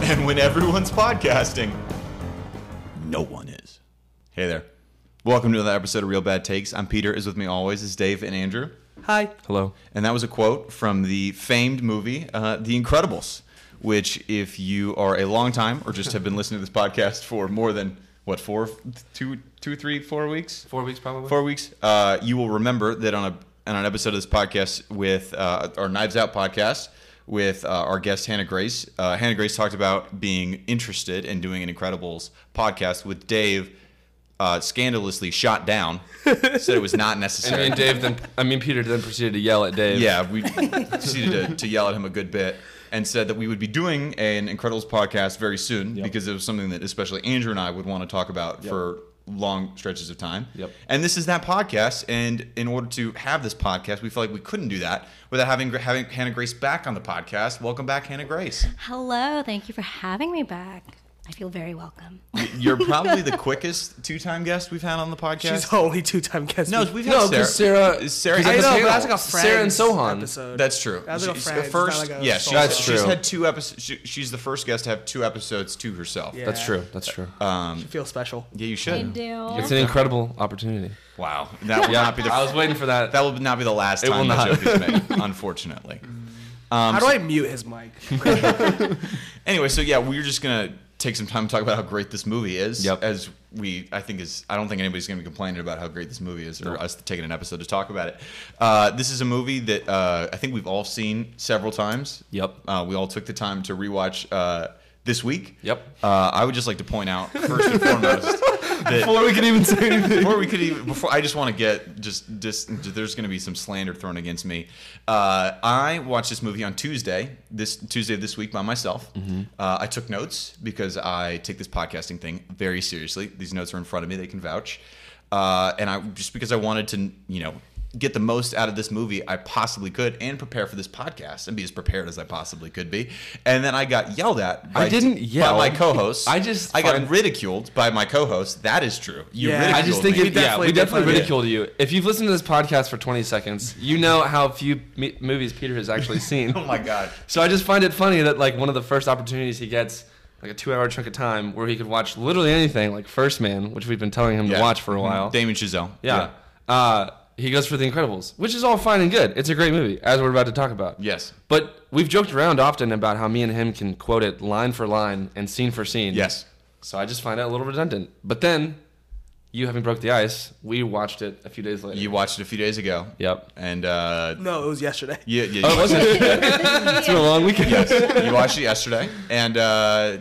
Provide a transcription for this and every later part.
time when everyone's podcasting. No one is. Hey there. Welcome to another episode of Real Bad Takes. I'm Peter. Is with me always is Dave and Andrew. Hi. Hello. And that was a quote from the famed movie uh, The Incredibles, which, if you are a long time or just have been listening to this podcast for more than what four, two, two, three, four weeks, Four weeks probably. four weeks, uh, you will remember that on a on an episode of this podcast with uh, our Knives Out podcast with uh, our guest Hannah Grace. Uh, Hannah Grace talked about being interested in doing an Incredibles podcast with Dave. Uh, scandalously shot down, said it was not And, necessary. and Dave then I mean Peter then proceeded to yell at Dave. Yeah, we proceeded to, to yell at him a good bit and said that we would be doing an Incredibles podcast very soon because it was something that especially Andrew and I would want to talk about for long stretches of time. Yep. And this is that podcast. And in order to have this podcast, we felt like we couldn't do that without having having Hannah Grace back on the podcast. Welcome back, Hannah Grace. Hello, thank you for having me back. I feel very welcome. You're probably the quickest two time guest we've had on the podcast. She's only two-time guest. no, we- we've No, had Sarah. because Sarah. Sarah- I I know, but know, that's like a Sarah and Friends Sohan. episode. That's true. That's like a She's friend. the It's first, not like a yeah, she's, solo. That's she's true. had two episodes. She, she's the first guest to have two episodes to herself. Yeah. Yeah, That's true. That's true. Uh, You feel special. you should. I do. it's an incredible opportunity. Wow, that will not be the. I was waiting for that. that will not be the last It time will that not. joke is made, unfortunately. Um, How do I mute his mic? Anyway, so yeah, we are just gonna take some time to talk about how great this movie is. Yep. As we, I think is, I don't think anybody's gonna be complaining about how great this movie is, or us taking an episode to talk about it. Uh, this is a movie that uh, I think we've all seen several times. Yep. Uh, we all took the time to rewatch uh, this week. Yep. Uh, I would just like to point out first and foremost that we can even say anything. Or we could even before. I just want to get just just. There's going to be some slander thrown against me. Uh, I watched this movie on Tuesday, this Tuesday of this week by myself. Mm-hmm. Uh, I took notes because I take this podcasting thing very seriously. These notes are in front of me; they can vouch. Uh, and I just because I wanted to, you know, get the most out of this movie I possibly could, and prepare for this podcast and be as prepared as I possibly could be. And then I got yelled at. By, didn't yell. by my co-host. I just I got find- ridiculed by my co-host. That is true. You Yeah. ridiculed I just think me. We it, yeah, definitely we definitely did. ridiculed you. If you've listened to this podcast for 20 seconds, you know how few me- movies Peter has actually seen. Oh my god. So I just find it funny that like one of the first opportunities he gets, like a two-hour chunk of time where he could watch literally anything, like First Man, which we've been telling him to watch for a while. Damon Chazelle. Yeah. Uh, he goes for The Incredibles, which is all fine and good. It's a great movie, as we're about to talk about. Yes. But we've joked around often about how me and him can quote it line for line and scene for scene. Yes. So I just find it a little redundant. But then, you having broke the ice, we watched it a few days later. You watched it a few days ago. Yep. And uh No, it was yesterday. yeah, yeah, you, Oh, it watched, wasn't. it's been a long weekend. it- you watched it yesterday. And uh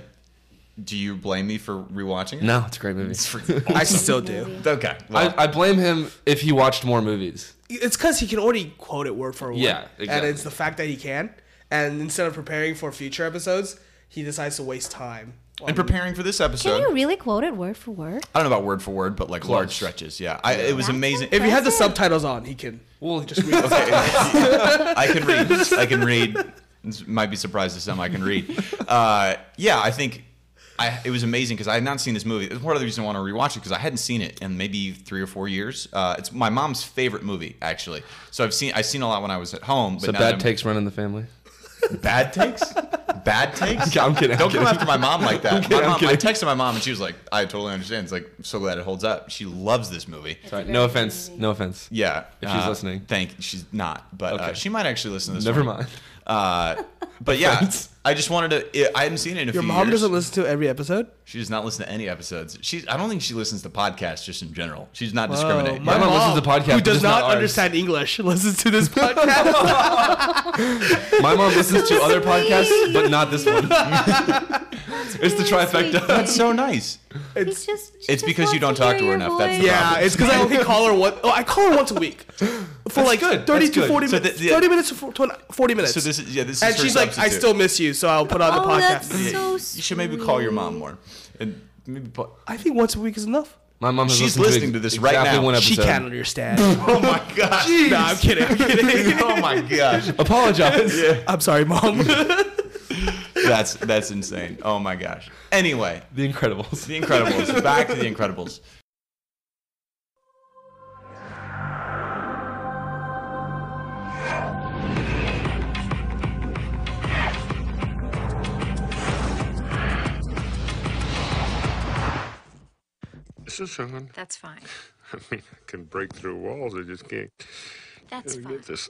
do you blame me for rewatching it? No, it's a great movie. It's freaking I awesome. still do. Okay. Well, I, I blame him if he watched more movies. It's because he can already quote it word for word. Yeah, And exactly. it's the fact that he can. And instead of preparing for future episodes, he decides to waste time. and preparing for this Can episode. you really quote it word for word? I don't know about word for word, but like large Close. stretches. Yeah. I, it was That's amazing. If he had the Impressive. subtitles on, he can. Well, just Okay. I can read. I can read. This might be surprised to some. I can read. Uh, yeah, I think I, it was amazing because I had not seen this movie. It's part of the reason I want to rewatch it because I hadn't seen it in maybe three or four years. Uh, it's my mom's favorite movie, actually. So I've seen I've seen a lot when I was at home. But the now bad that takes run in the family. I'm- Bad takes. Bad takes. I'm kidding, I'm Don't kidding. come after my mom like that. kidding, my I'm mom, I kidding. texted my mom and she was like, "I totally understand." It's like I'm so glad it holds up. She loves this movie. Sorry, no offense. No offense. Yeah, uh, If she's listening. Thank. She's not, but uh, Okay. she might actually listen to this. Never one. mind. Uh, but yeah, Thanks. I just wanted to. I hadn't seen it in a Your few mom years. doesn't listen to every episode? She does not listen to any episodes. She's. I don't think she listens to podcasts just in general. She's not discriminating. My mom listens to podcasts, Who but does just not not ours. understand English listens to this podcast. My mom listens to other podcasts, but not this one. it's the trifecta. That's so nice. It's just. she It's just because you wants don't talk to hear to her your enough, that's the voice. yeah, it's because I only call her one. Oh, I call her once a week for like good, thirty that's to good. forty So minutes. the- the- thirty minutes to four- to an- forty minutes. So this is. Yeah, this is. and her she's like, I substitute. still miss you, so I'll put on the Oh, that's podcast. so sweet. You should maybe call your mom more. And maybe. Po- I think once a week is enough. My mom has She's listened listening to this ex- right exactly now. One She episode. can't understand. oh my gosh. no, I'm kidding. I'm kidding. oh my gosh. Apologize. I'm sorry, mom. That's that's insane. Oh my gosh. Anyway, The Incredibles. The Incredibles. Back to The Incredibles. This is on. That's fine. I mean, I can break through walls. I just can't That's get fine. this.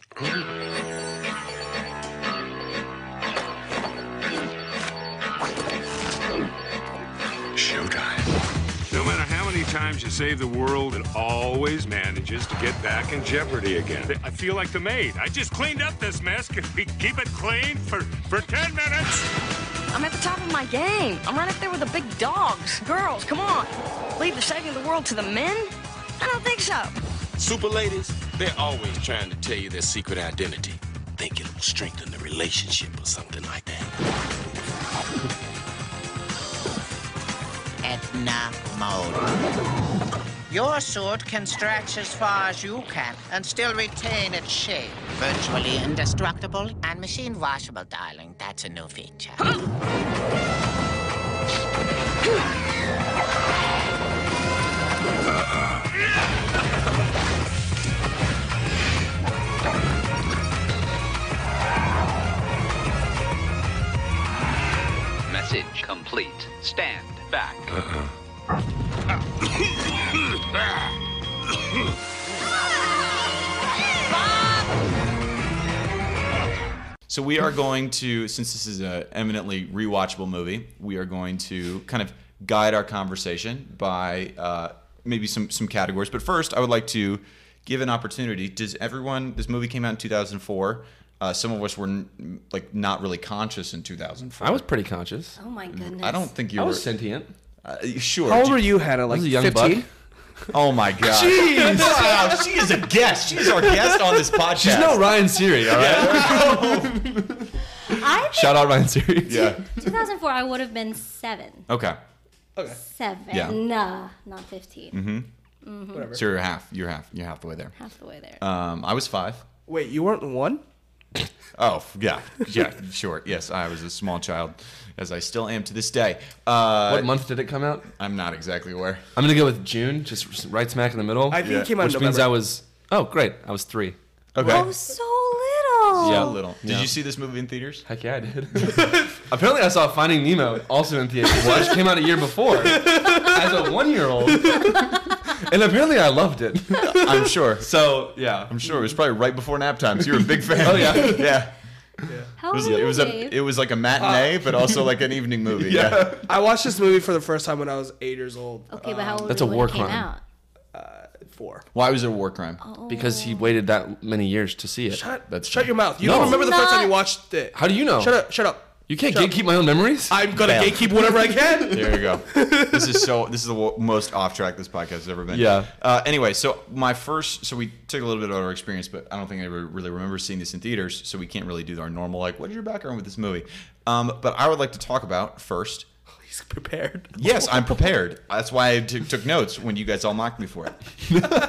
Showtime. No matter how many times you save the world, it always manages to get back in jeopardy again. I feel like the maid. I just cleaned up this mess. Can we keep it clean for, for 10 minutes? I'm at the top of my game. I'm right up there with the big dogs. Girls, come on. Leave the saving of the world to the men? I don't think so. Super ladies, they're always trying to tell you their secret identity, thinking it will strengthen the relationship or something like that. Etna mode. Your sword can stretch as far as you can and still retain its shape. Virtually indestructible and machine washable, darling. That's a new feature. Message complete. Stand back. So we are going to, since this is a eminently rewatchable movie, we are going to kind of guide our conversation by uh, maybe some some categories. But first, I would like to give an opportunity. Does everyone? This movie came out in 2004. Uh, some of us were n- like not really conscious in 2004. I was pretty conscious. Oh my goodness. I don't think you I were. was sentient. uh, sure. How old were you, Hannah? Like was a young 15? buck. Oh my god. Jeez. she is a guest. She's our guest on this podcast. She's no Ryan Siri, all right? I think Shout out Ryan Siri. Yeah. 2004. I would have been seven. Okay. Okay, Seven. Yeah. Mm-hmm. Nah, not 15. whatever. So you're half. You're half. You're half the way there. Half the way there. Um, I was five. Wait, you weren't one? Oh f- yeah, yeah, sure. Yes, I was a small child, as I still am to this day. Uh, What month did it come out? I'm not exactly aware. I'm gonna go with June, just right smack in the middle. I think Yeah, it came out which in means November. I was oh great, I was three. Okay, oh, so little. a Yeah. little. Did Yeah. you see this movie in theaters? Heck yeah, I did. Apparently, I saw Finding Nemo also in theaters, which came out a year before as a one-year-old, and apparently I loved it. I'm sure. So yeah, I'm sure it was probably right before nap time. So you're a big fan. Oh, yeah. yeah. How It was, old it were was you, a Dave? it was like a matinee, but also like an evening movie. Yeah. I watched this movie for the first time when I was eight years old. Uh, okay, but how old That's were a you war when it came crime. out? Four. Why was it a war crime? because he waited that many years to see it. Shut, That's- shut your mouth. You No. don't remember the first time Not- you watched it. How do you know? Shut up. Shut up. You can't Shut up. gatekeep my own memories. I'm gonna Bam. gatekeep whatever I can. There you go. this is so. This is the wo- most off track this podcast has ever been. Yeah. Uh, anyway, so my first. So we took a little bit about our experience, but I don't think I ever really remember seeing this in theaters. So we can't really do our normal like, what is your background with this movie? Um, but I would like to talk about first. He's prepared. Yes, I'm prepared. That's why I t- took notes when you guys all mocked me for it.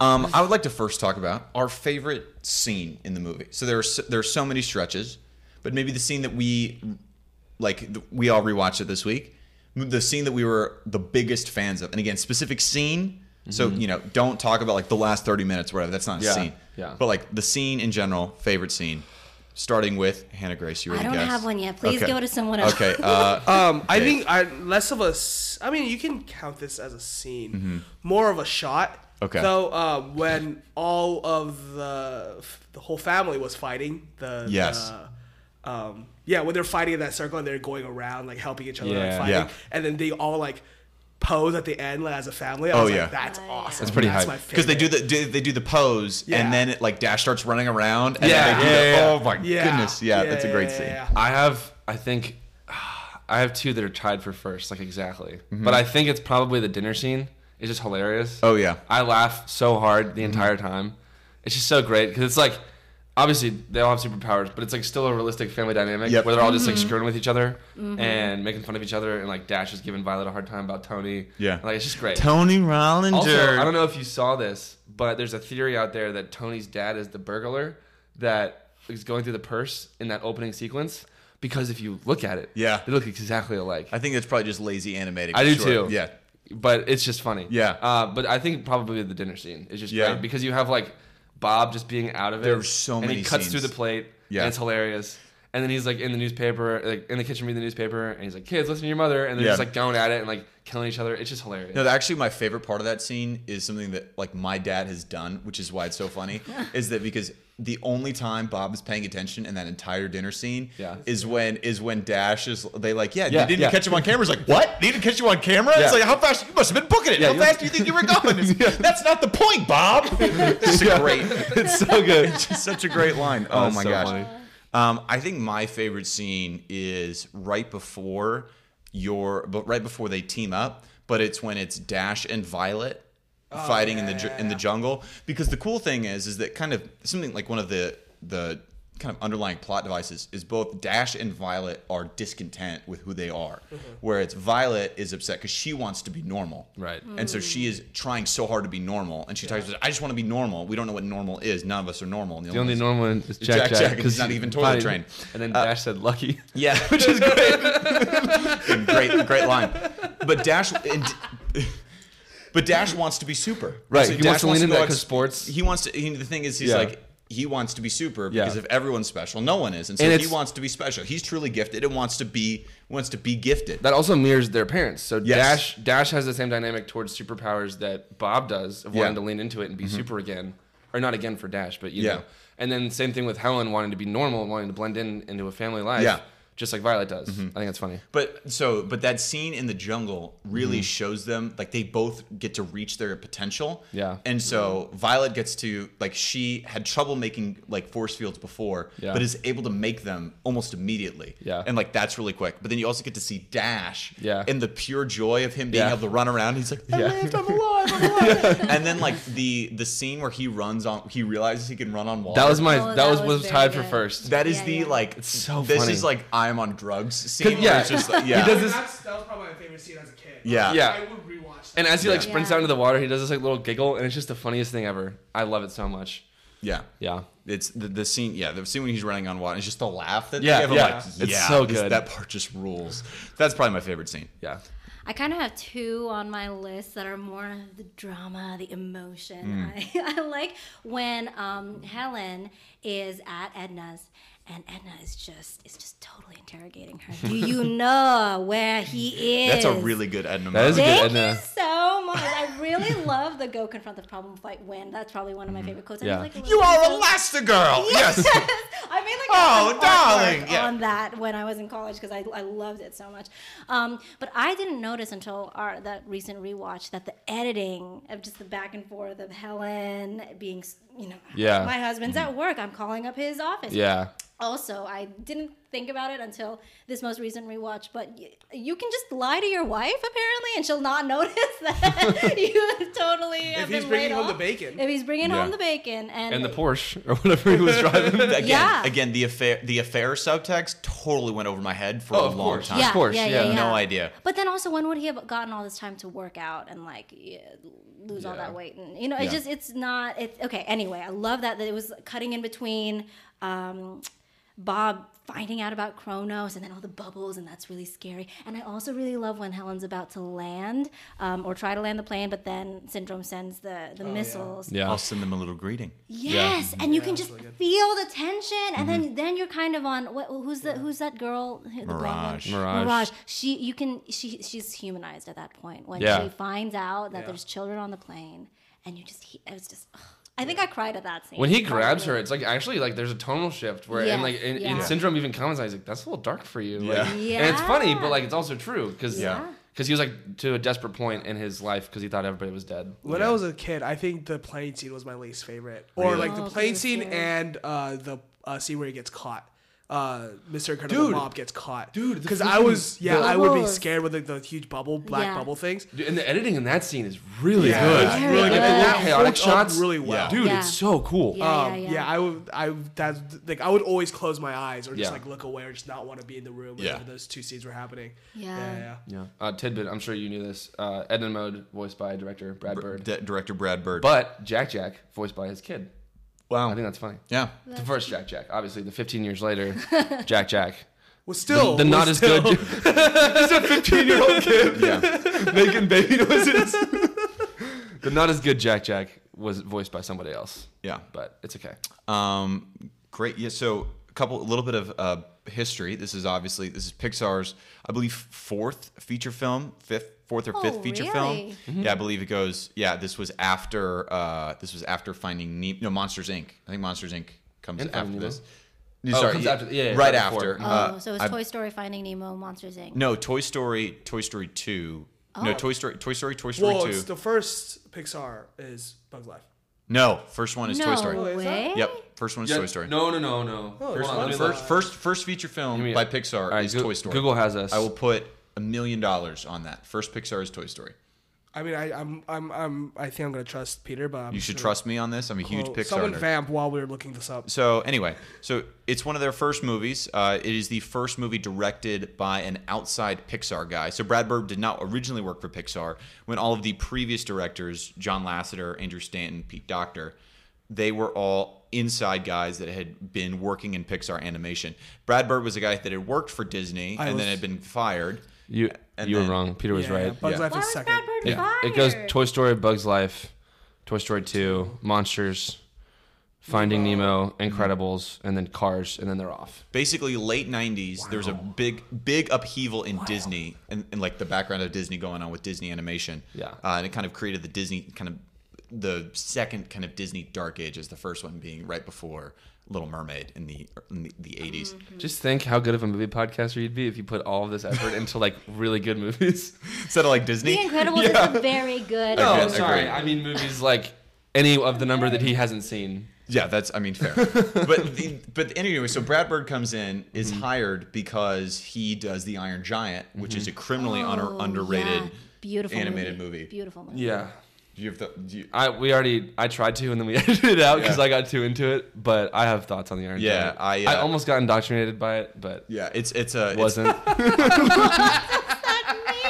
um, I would like to first talk about our favorite scene in the movie. So there are so, there are so many stretches, but maybe the scene that we like th- we all rewatched it this week. The scene that we were the biggest fans of, and again, specific scene. So you know, don't talk about like the last thirty minutes, or whatever. That's not a Mm-hmm. Yeah, scene. yeah. But like the scene in general, favorite scene, starting with Hannah Grace. You were I the don't guest. have one yet. Please Okay. go to someone else. Okay. Uh, Um, I think I less of a. s- I mean, you can count this as a scene, more of a shot. Mm-hmm. Okay. Though, um, when all of the the whole family was fighting the Yes. the, um, yeah, when they're fighting in that circle and they're going around like helping each other Yeah. and fighting, Yeah. and then they all like pose at the end like, as a family. I Oh, was yeah. like, that's awesome. That's pretty hype. my because they do favorite. the do, they do the pose Yeah. and then it like dash starts running around and Yeah, then they do yeah, the, yeah, yeah. oh my goodness yeah, that's a great yeah, scene yeah. I have, I think, I have two that are tied for first, like exactly. But I think it's probably the dinner scene. It's just hilarious. Mm-hmm. Oh, yeah. Mm-hmm. I laugh so hard the entire time. It's just so great because it's like, obviously they all have superpowers, but it's like still a realistic family dynamic Yep. where they're all just like screwing with each other and making fun of each other, and like Dash is giving Violet a hard time about Tony. Yeah. like it's just great. Tony Rollinger Also, I don't know if you saw this, but there's a theory out there that Tony's dad is the burglar that is going through the purse in that opening sequence because if you look at it, Yeah. they look exactly alike. I think that's probably just lazy animating I do sure. too. yeah But it's just funny. Yeah. Uh, but I think probably the dinner scene is just Yeah. great because you have like Bob just being out of it. There are so and many he cuts scenes. through the plate. Yeah. And it's hilarious. And then he's like in the newspaper, like in the kitchen reading the newspaper, and he's like, "Kids, listen to your mother," and they're Yeah. just like going at it and like killing each other. It's just hilarious. No, actually, my favorite part of that scene is something that like my dad has done, which is why it's so funny. is that because the only time Bob is paying attention in that entire dinner scene Yeah. is when is when Dash is they like yeah, Yeah, they didn't yeah. catch him on camera. It's like what? They didn't catch you on camera? It's Yeah. like how fast you must have been booking it. Yeah, how you- fast do you think you were going? It's- That's not the point, Bob. it's a great. It's so good. It's just such a great line. Oh, that's my so gosh. funny. Um, I think my favorite scene is right before your, but right before they team up. But it's when it's Dash and Violet fighting in the ju- in the jungle. Because the cool thing is, is that kind of something like one of the the kind of underlying plot devices is both Dash and Violet are discontent with who they are. Where it's Violet is upset because she wants to be normal, Right. and so she is trying so hard to be normal, and she talks about, "I just want to be normal. We don't know what normal is. None of us are normal." And The only ones- normal one is Jack Jack Jack, Jack and because he's not even toilet trained. Uh, And then Dash said, "Lucky." Yeah, which is great. great, great line. But Dash, and, but Dash wants to be super. Right, he wants Dash to lean into go that out 'cause sports- He wants to. He, the thing is, he's Yeah. like he wants to be super because Yeah. if everyone's special, no one is, and so And he it's- wants to be special. He's truly gifted and wants to be wants to be gifted. That also mirrors their parents. So Yes. Dash Dash has the same dynamic towards superpowers that Bob does of Yeah. Mm-hmm. wanting to lean into it and be super again, or not again for Dash, but you Yeah. know. And then same thing with Helen wanting to be normal and wanting to blend in into a family life, Yeah. Mm-hmm. just like Violet does. I think that's funny. But so, but that scene in the jungle really Mm-hmm. shows them like they both get to reach their potential. Yeah. And so Violet gets to like she had trouble making like force fields before, Yeah. but is able to make them almost immediately. Yeah. And like that's really quick. But then you also get to see Dash. Yeah. And the pure joy of him being Yeah. able to run around. He's like, I Yeah. lived, I'm alive, I'm alive. and then like the the scene where he runs on, he realizes he can run on water. That was my Oh, that, that was was was very tied for good. first. That is Yeah, the yeah. like. It's so This funny. is like I'm on drugs scene. yeah. Yeah. It's just like, He yeah. does this- That's, that was probably my favorite scene as a kid. Yeah. Yeah. I would rewatch that. and as he like sprints Yeah. out into the water, he does this like little giggle, and it's just the funniest thing ever. I love it so much. Yeah. Yeah. It's the, the scene, yeah, the scene when he's running on water. It's just the laugh that Yeah, they have. I'm yeah. like, It's yeah, so this- good. That part just rules. That's probably my favorite scene. Yeah. I kind of have two on my list that are more of the drama, the emotion. Hmm. I, I like when um, Helen is at Edna's and Edna is just is just totally interrogating her. Do you know where he is? That's a really good Edna. That is moment. good. Thank Edna. you so much. I really love the go confront the problem, fight win. That's probably one of my favorite quotes. I Yeah. made, like, a Mm-hmm. You little- are Elastigirl. Yes. I made like Oh, oh, darling, darling, yeah. on that when I was in college because I, I loved it so much. Um, but I didn't notice until our that recent rewatch that the editing of just the back and forth of Helen being, s- you know, Yeah. my husband's at work. I'm calling up his office. Yeah. Also, I didn't think about it until this most recent rewatch, but y- you can just lie to your wife apparently, and she'll not notice that you totally. If he's bringing home the bacon. If he's bringing Yeah. home the bacon, and, And the Porsche or whatever he was driving. Again, Yeah. again, the affair, the affair subtext totally went over my head for Oh, a of long course. time. yeah, course, yeah, yeah. yeah, yeah. No idea. But then also, when would he have gotten all this time to work out and like yeah, lose all Yeah. that weight? And you know, it Yeah. just it's not. It's okay. Anyway, I love that that it was cutting in between um, Bob finding out about Kronos and then all the bubbles, and that's really scary. And I also really love when Helen's about to land um, or try to land the plane, but then Syndrome sends the the missiles. Yeah. I'll send them a little greeting. Yes, and you can just feel the tension, and Mm-hmm. then then you're kind of on. What, who's the who's that girl? The blonde one? Mirage. Mirage. Mirage. She you can she she's humanized at that point when Yeah. she finds out that there's children on the plane, and you just he, it was just. ugh. I think I cried at that scene. When he grabs her, probably. it's like actually like there's a tonal shift where and Yes, like and, and yeah. syndrome even comments on. it, He's like, "That's a little dark for you." Like, Yeah. Yeah. And it's funny, but like it's also true because Yeah. he was like to a desperate point in his life because he thought everybody was dead. When I was a kid, I think the plane scene was my least favorite, or like the Oh, 'cause plane it's scene scary. and uh, the uh, scene where he gets caught. Uh, Mr. Incredible Mob gets caught, dude. Because I was, yeah, I would be Bubbles. scared with like, the huge bubble, black Yeah. bubble things. Dude, and the editing in that scene is really Yeah, good. it's Very really good. And the good. chaotic Holds up shots really well. Dude, Yeah. it's so cool. Yeah, Um, yeah, yeah, yeah. I would, I that like I would always close my eyes or just Yeah. like look away or just not want to be in the room Yeah. whenever those two scenes were happening. Yeah. yeah, yeah. Yeah. Uh, tidbit. I'm sure you knew this. Uh, Edna Mode, voiced by director Brad Bird, D- director Brad Bird. but Jack Jack, voiced by his kid. wow. I think that's funny. yeah. The first Jack Jack, obviously the 15 years later, Jack Jack. Was still The not was as good. still- Yeah. making baby noises. the not as good Jack Jack was voiced by somebody else. Yeah. But it's okay. Um, great. Yeah. So couple, little bit of uh, history. This is obviously this is Pixar's, I believe, fourth feature film, fifth, fourth or fifth Oh, feature really? film. Mm-hmm. Yeah, I believe it goes. Yeah, this was after uh, this was after Finding Nemo. No, Monsters Inc. I think Monsters Inc. comes And Finding after this. Oh, it comes after- yeah, yeah, right right before. after. Oh, Uh, so it was I- Toy Story, Finding Nemo, Monsters Inc. no, Toy Story, Toy Story Two. Oh. No, Toy Story, Toy Story, Toy Story Well, Two. it's the first Pixar is Bugs Life. no, first one Oh, is no Toy Story. way. Yep, first one is Toy Story. No, no, no, no. it's First one, one let me of look. those. First, first feature film mean- by Pixar All right, is Goo- Toy Story. Google has us. I will put a million dollars on that. First Pixar is Toy Story. I mean, I, I'm, I'm, I'm, I think I'm gonna trust Peter, but I'm You should sure- trust me on this. I'm a huge Well, Pixar. Someone nerd. vamp while we were looking this up. So anyway, so it's one of their first movies. Uh, it is the first movie directed by an outside Pixar guy. So Brad Bird did not originally work for Pixar. When all of the previous directors, John Lasseter, Andrew Stanton, Pete Doctor, they were all inside guys that had been working in Pixar animation. Brad Bird was a guy that had worked for Disney I and was- then had been fired. You, And you then- were wrong. Peter was Yeah, right. Bugs Yeah. Life Why is was second. Brad Bird fired? It goes Toy Story, Bugs Life, Toy Story 2, Monsters, Finding Nemo, Incredibles, and then Cars, and then they're off. basically late 90s there was a big big upheaval in disney and, and like the background of disney going on with disney animation Yeah. uh, and it kind of created the disney kind of the second kind of disney dark ages the first one being right before little mermaid in the in the, the 80s Mm-hmm. Just think how good of a movie podcaster you'd be if you put all of this effort into like really good movies. instead of like disney The Incredibles is a very good. No, No, Agree, sorry. Oh, sorry. agree. I mean movies like any of the number that he hasn't seen. Yeah, that's I mean fair, but the, but anyway, so Brad Bird comes in is Mm-hmm. hired because he does the Iron Giant, which is a criminally under, Oh, underrated yeah. Beautiful animated movie. Beautiful movie. Yeah. Do you have the, do you, I we already I tried to and then we edited it out because Yeah. I got too into it. But I have thoughts on the Iron Yeah, Giant. I, I uh, almost got indoctrinated by it, but yeah, it's it's a it's wasn't.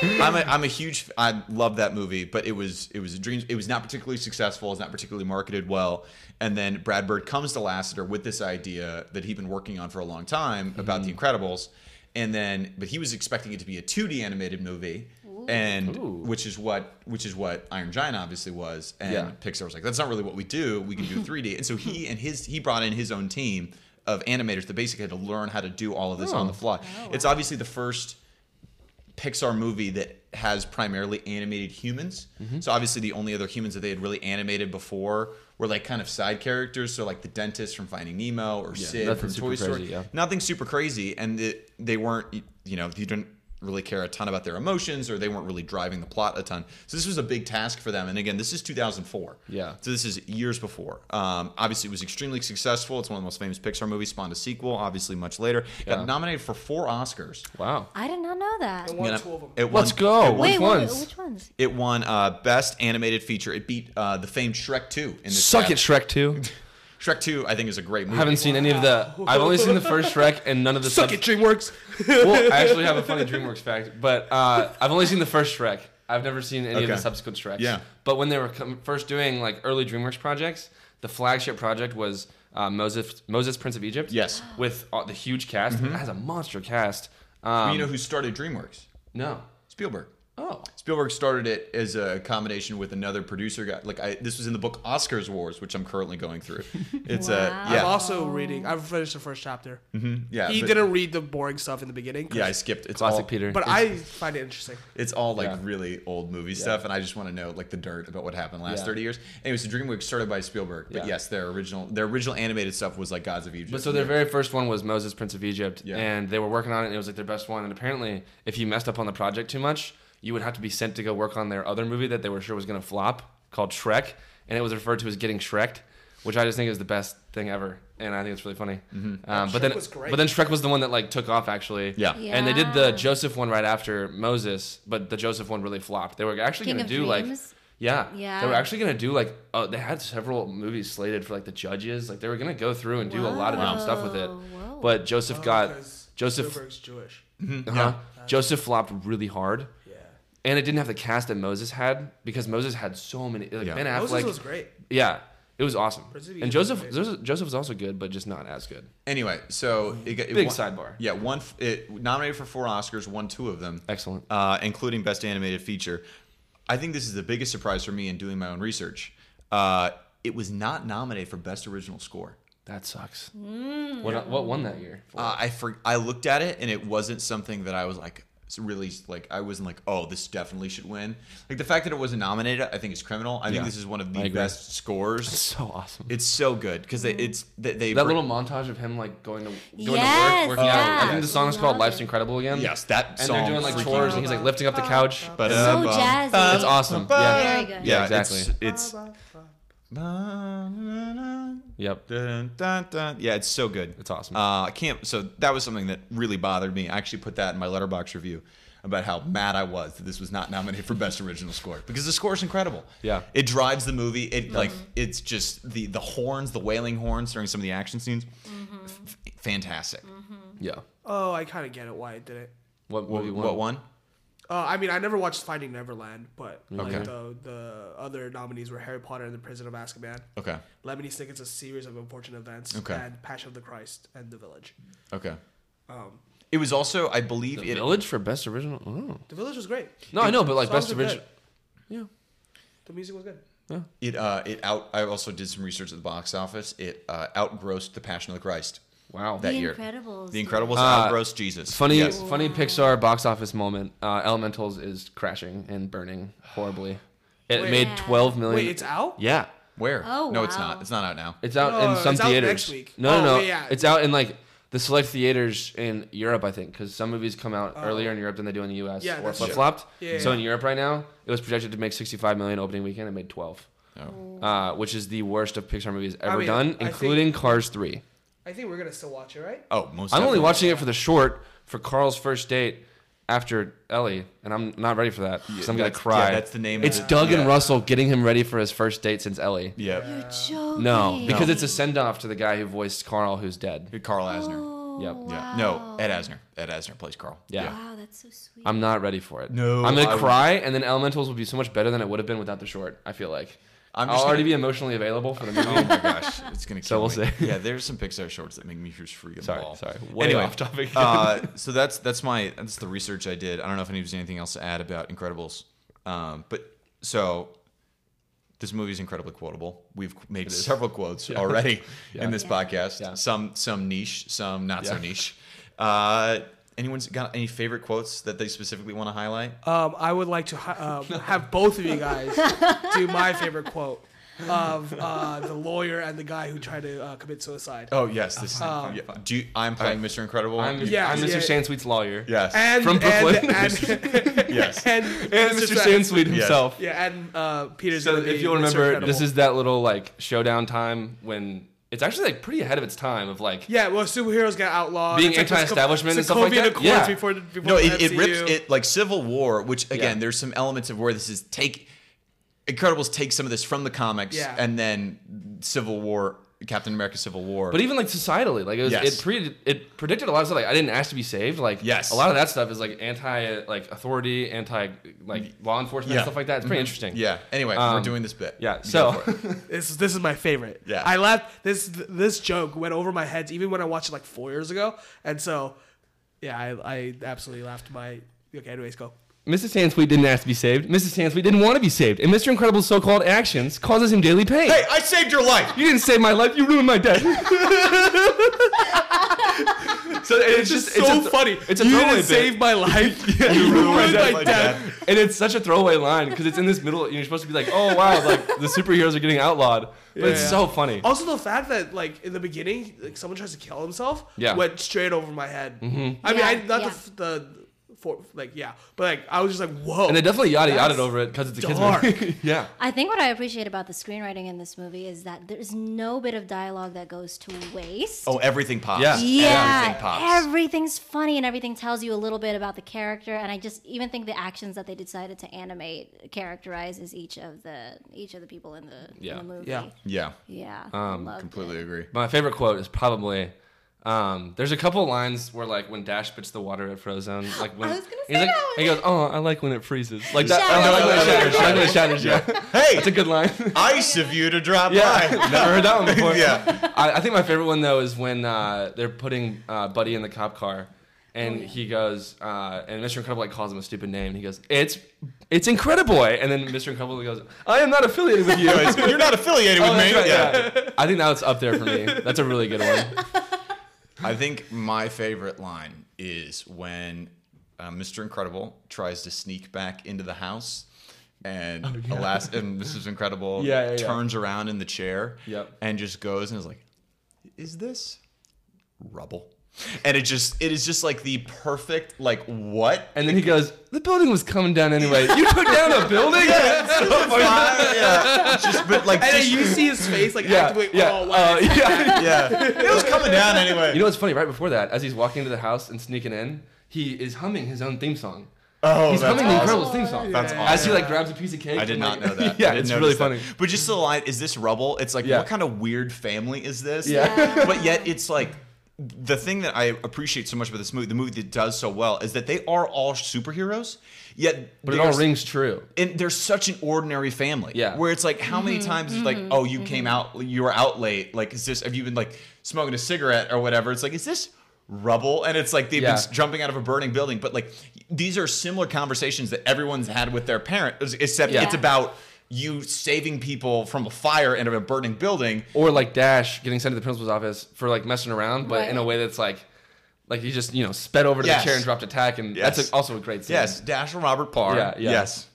I'm a, I'm a huge. f- I love that movie, but it was it was a dream. It was not particularly successful. It's not particularly marketed well. And then Brad Bird comes to Lasseter with this idea that he'd been working on for a long time about The Incredibles, and then but he was expecting it to be a 2D animated movie, and which is what which is what Iron Giant obviously was. And Yeah. Pixar was like, that's not really what we do. We can do 3D. And so he and his he brought in his own team of animators that basically had to learn how to do all of this on the fly. It's obviously the first Pixar movie that has primarily animated humans. Mm-hmm. So obviously the only other humans that they had really animated before were like kind of side characters. So like the dentist from Finding Nemo or Sid nothing from super Toy Story. crazy, yeah. Nothing super crazy, and it, they weren't. You know, you didn't really care a ton about their emotions, or they weren't really driving the plot a ton. So this was a big task for them. And again, this is 2004. Yeah. So this is years before. Um, obviously, it was extremely successful. It's one of the most famous Pixar movies. Spawned a sequel, obviously much later. Got nominated for four Oscars. wow. I did not know that. One, And two of them. It won, Let's go. It won, Which Wait, wait, wait, ones? which ones? it won, uh, best animated feature. It beat uh, the famed Shrek 2 in this. Suck it, category. Shrek 2. Shrek 2, I think, is a great movie. I haven't seen any of the. I've only seen the first Shrek and none of the. Suck sub- it, DreamWorks. Well, I actually have a funny DreamWorks fact, but uh, I've only seen the first Shrek. I've never seen any of the Okay. subsequent Shreks. Yeah. But when they were com- first doing like early DreamWorks projects, the flagship project was uh, Moses, Moses, Prince of Egypt. Yes. Mm-hmm. With uh, the huge cast, it has a monster cast. But Um, you know who started DreamWorks? no. Spielberg. Oh. Spielberg started it as a combination with another producer guy. Like I, this was in the book Oscars Wars, which I'm currently going through. It's a I'm yeah, also reading. I've finished the first chapter. yeah. He but- didn't read the boring stuff in the beginning. 'cause- Yeah, I skipped. It's Classic all, Peter. But I find it interesting. It's all like Yeah. really old movie stuff, and I just want to know like the dirt about what happened the last Yeah. 30 years. Anyways, the DreamWorks started by Spielberg, but Yeah. yes, their original their original animated stuff was like Gods of Egypt. But so their very first one was Moses, Prince of Egypt, Yeah. and they were working on it, and it was like their best one. And apparently, if you messed up on the project too much, you would have to be sent to go work on their other movie that they were sure was going to flop, called Shrek, and it was referred to as getting Shreked, which I just think is the best thing ever, and I think it's really funny. Um, but then, was great. but then Shrek was the one that like took off actually. Mm-hmm. Yeah. And they did the Yeah. Joseph one right after Moses, but the Joseph one really flopped. They were actually King going to of do like. Dreams? Yeah. Yeah. They were actually gonna do like oh they had several movies slated for like the judges. Like they were gonna go through and do a lot of different stuff with it. Whoa. But Joseph got Oh, Because Joseph Spielberg's Jewish. uh-huh. Joseph flopped really hard. Yeah. And it didn't have the cast that Moses had because Moses had so many like Yeah. Ben Affleck. Moses was great. Yeah. It was awesome. Prince of And Egypt Joseph was Joseph Joseph was also good, but just not as good. Anyway, so it, got- it Big won- sidebar. Yeah, one f- it nominated for four Oscars, won two of them. Excellent. uh, including Best Animated Feature. I think this is the biggest surprise for me in doing my own research. Uh, it was not nominated for Best Original Score. That sucks. Mm. What what won that year? Uh, I for, I looked at it and it wasn't something that I was like s- really like I wasn't like oh this definitely should win. Like the fact that it wasn't nominated, I think is criminal. I Yeah. think this is one of I the agree. best scores. so awesome. It's so good because they, it's they, they that bring- little montage of him like going to going Yes, to work, working out. I yeah. think the song is Love called "Life's it. Incredible" again. yes that and song they're doing like freaking- chores, and he's like lifting up the couch. But, So uh, jazzy. It's awesome. Yeah. Very good. Yeah, Yeah, exactly. It's, it's Yep. Dun, dun, dun. Yeah, it's so good. It's awesome. Uh, I can't. So that was something that really bothered me. I actually put that in my letterbox review about how mad I was that this was not nominated for best original score because the score is incredible. Yeah. it drives the movie. It Mm-hmm. like it's just the the horns, the wailing horns during some of the action scenes. Mm-hmm. F- fantastic. Yeah. Oh, I kind of get it why it did it. What What, movie won? what one? Uh, I mean, I never watched Finding Neverland, but Okay. like the the other nominees were Harry Potter and the Prison of Azkaban, Okay. Lemony Snicket's A Series of Unfortunate Events, Okay. and Passion of the Christ and The Village. Okay. Um, it was also, I believe, The it Village for best original. Oh. The Village was great. No, I know, but like Songs best were original. Yeah. The music was good. it uh, it out. I also did some research at the box office. It uh, outgrossed The Passion of the Christ. Wow. that The year. Incredibles, Oh, The yeah. Incredibles outgrossed Jesus. Uh, Funny, Yes. funny Pixar box office moment. Uh, Elementals is crashing and burning horribly. It Wait. made Yeah. twelve million. Wait, it's out. yeah, Where? Oh, no, it's wow. not. It's not out now. it's out No, in some Oh, it's out theaters. next week. No, no, Oh, no. yeah. It's out in like the select theaters in Europe, I think, because some movies come out earlier in Europe than they do in the U.S. Oh. Yeah, or that's true. flip flopped. Yeah, so yeah. in Europe right now, it was projected to make sixty-five million opening weekend. It made twelve. Oh. Uh, which is the worst of Pixar movies ever mean, Oh. I done, think- including Cars Three. I think we're gonna still watch it, right? Oh, most. I'm definitely. only watching it for the short for Carl's first date after Ellie, and I'm not ready for that 'cause I'm gonna that's- cry. yeah, that's the name of It's it. Doug Yeah. and Russell getting him ready for his first date since Ellie. Yeah, Joking. No, because it's a send off to the guy who voiced Carl, who's dead. Carl Asner. Yep. Yeah. No, Ed Asner. Ed Asner plays Carl. Yeah. Oh, Wow, that's so sweet. I'm not ready for it. No, I'm gonna I- cry, and then Elementals will be so much better than it would have been without the short. I feel like I'm I'll just already gonna- be emotionally available for the movie. Oh my gosh, it's gonna. Kill So we'll me. see. Yeah, there's some Pixar shorts that make me just freaking Sorry, ball. sorry. Way anyway, off topic. uh, so that's that's my that's the research I did. I don't know if anybody's anything else to add about Incredibles, um, but so this movie is incredibly quotable. We've made several quotes already in this podcast. Yeah. Some some niche, some not so Yeah. niche. Uh, anyone's got any favorite quotes that they specifically want to highlight? Um, I would like to hi- um, have both of you guys do my favorite quote of uh, the lawyer and the guy who tried to uh, commit suicide. Oh yes, this is. yeah. Do you, I'm playing Mr. Incredible. I'm, uh, um, Yeah, I'm yeah, Mr. yeah. Sansweet's lawyer. yes. And, From Brooklyn. And, and, Yes. and, and Mr. Sand- Sansweet himself. Yeah, and uh, Peter's. So gonna be if you'll Mr. remember, this Incredible. is that little like showdown time when it's actually like pretty ahead of its time of like Yeah, well, superheroes get outlawed. Being It's like this anti-establishment co- and stuff like Sokovian that? Accords Yeah. Before, the- before no, the it, it rips MCU. it like Civil War, which again, Yeah. there's some elements of where this is take Incredibles takes some of this from the comics, Yeah. and then Civil War, Captain America: Civil War. But even like societally, like it was, Yes. it pre it predicted a lot of stuff. Like I didn't ask to be saved. Like Yes. a lot of that stuff is like anti like authority, anti like law enforcement Yeah. Mm-hmm. and stuff like that. It's pretty interesting. yeah. Anyway, we're Um, doing this bit. yeah. You So go for it. This this is my favorite. Yeah. I laughed. This this joke went over my head even when I watched it like four years ago, and so yeah, I, I absolutely laughed my. Okay, anyways, go. Mrs. Sansweet didn't ask to be saved. Mrs. Sansweet didn't want to be saved, and Mr. Incredible's so-called actions causes him daily pain. hey, I saved your life. You didn't save my life. You ruined my day. so it's, just so th- funny. It's a you throwaway didn't bit. save my life. you ruined ruined my my life, death. and it's such a throwaway line because it's in this middle. You're supposed to be like, oh wow, like the superheroes are getting outlawed, but it's Yeah. so Oh, funny. Also, the fact that like in the beginning, like someone tries to kill himself, Yeah. Mm-hmm. went straight over my head. I mean, Yeah, I not yeah. the the for, like yeah, but like I was just like whoa. And they definitely yada That's yada over it because it's a kids dark. movie. yeah, I think what I appreciate about the screenwriting in this movie is that there's no bit of dialogue that goes to waste. Oh, everything pops. Yeah. yeah, Everything pops. everything's funny and everything tells you a little bit about the character. And I just even think the actions that they decided to animate characterizes each of the each of the people in the, Yeah. in the movie. Yeah. yeah. yeah. loved Um, Completely it. agree. my favorite quote is probably. Um, there's a couple lines where like when Dash spits the water at Frozone, like when I was gonna he's say like, that he one. goes, "Oh, I like when it freezes." Like that. I like when it Shatters. shatters. I like when it shatters. Yeah, Hey, it's a good line. ice of you to drop Yeah, never heard that one before. Yeah. I, I think my favorite one though is when uh, they're putting uh, Buddy in the cop car, And he goes, uh, and Mr. Incredible like calls him a stupid name. And he goes, "It's it's Incrediboy." And then Mr. Incredible goes, "I am not affiliated with you." Anyways, You're not affiliated with Oh, me. that's right, yeah. yeah. I think that's up there for me. That's a really good one. I think my favorite line is when uh, Mr. Incredible tries to sneak back into the house. And Alas- and Mrs. Incredible Oh, Yeah, yeah, yeah. turns around in the chair Yep. and just goes and is like, "Is this rubble?" And it just it is just like the perfect like what And then he goes, "The building was coming down anyway. You took down a building." yeah. Oh, yeah just but like And just- then you see his face like Yeah. actively. yeah. Oh, wow. uh, yeah. yeah it was coming down anyway. You know what's funny? Right before that, as he's walking into the house and sneaking in, he is humming his own theme song. oh, He's that's humming awesome. the Incredibles theme song. That's awesome. As he like grabs a piece of cake. I did and, not like- know that. I yeah, didn't it's really notice that. funny. But just the line, is this rubble? It's like, Yeah. what kind of weird family is this? Yeah. but yet it's like the thing that I appreciate so much about this movie, the movie that does so well, is that they are all superheroes. Yet, But it all there's- rings true. And they're such an ordinary family. Yeah. Where it's like, how Mm-hmm. many times it's like, oh, you came out, you were out late. Like, is this? Have you been like smoking a cigarette or whatever? It's like, is this? rubble and it's like they've Yeah. been s- jumping out of a burning building but like these are similar conversations that everyone's had with their parent except Yeah. it's about you saving people from a fire in a burning building Or like Dash getting sent to the principal's office for like messing around, but in a Right. way that's like, like he just you know sped over to Yes. the chair and dropped a tack, and that's Yes. a, also a great scene. yes dash and robert parr Yeah, yeah. yes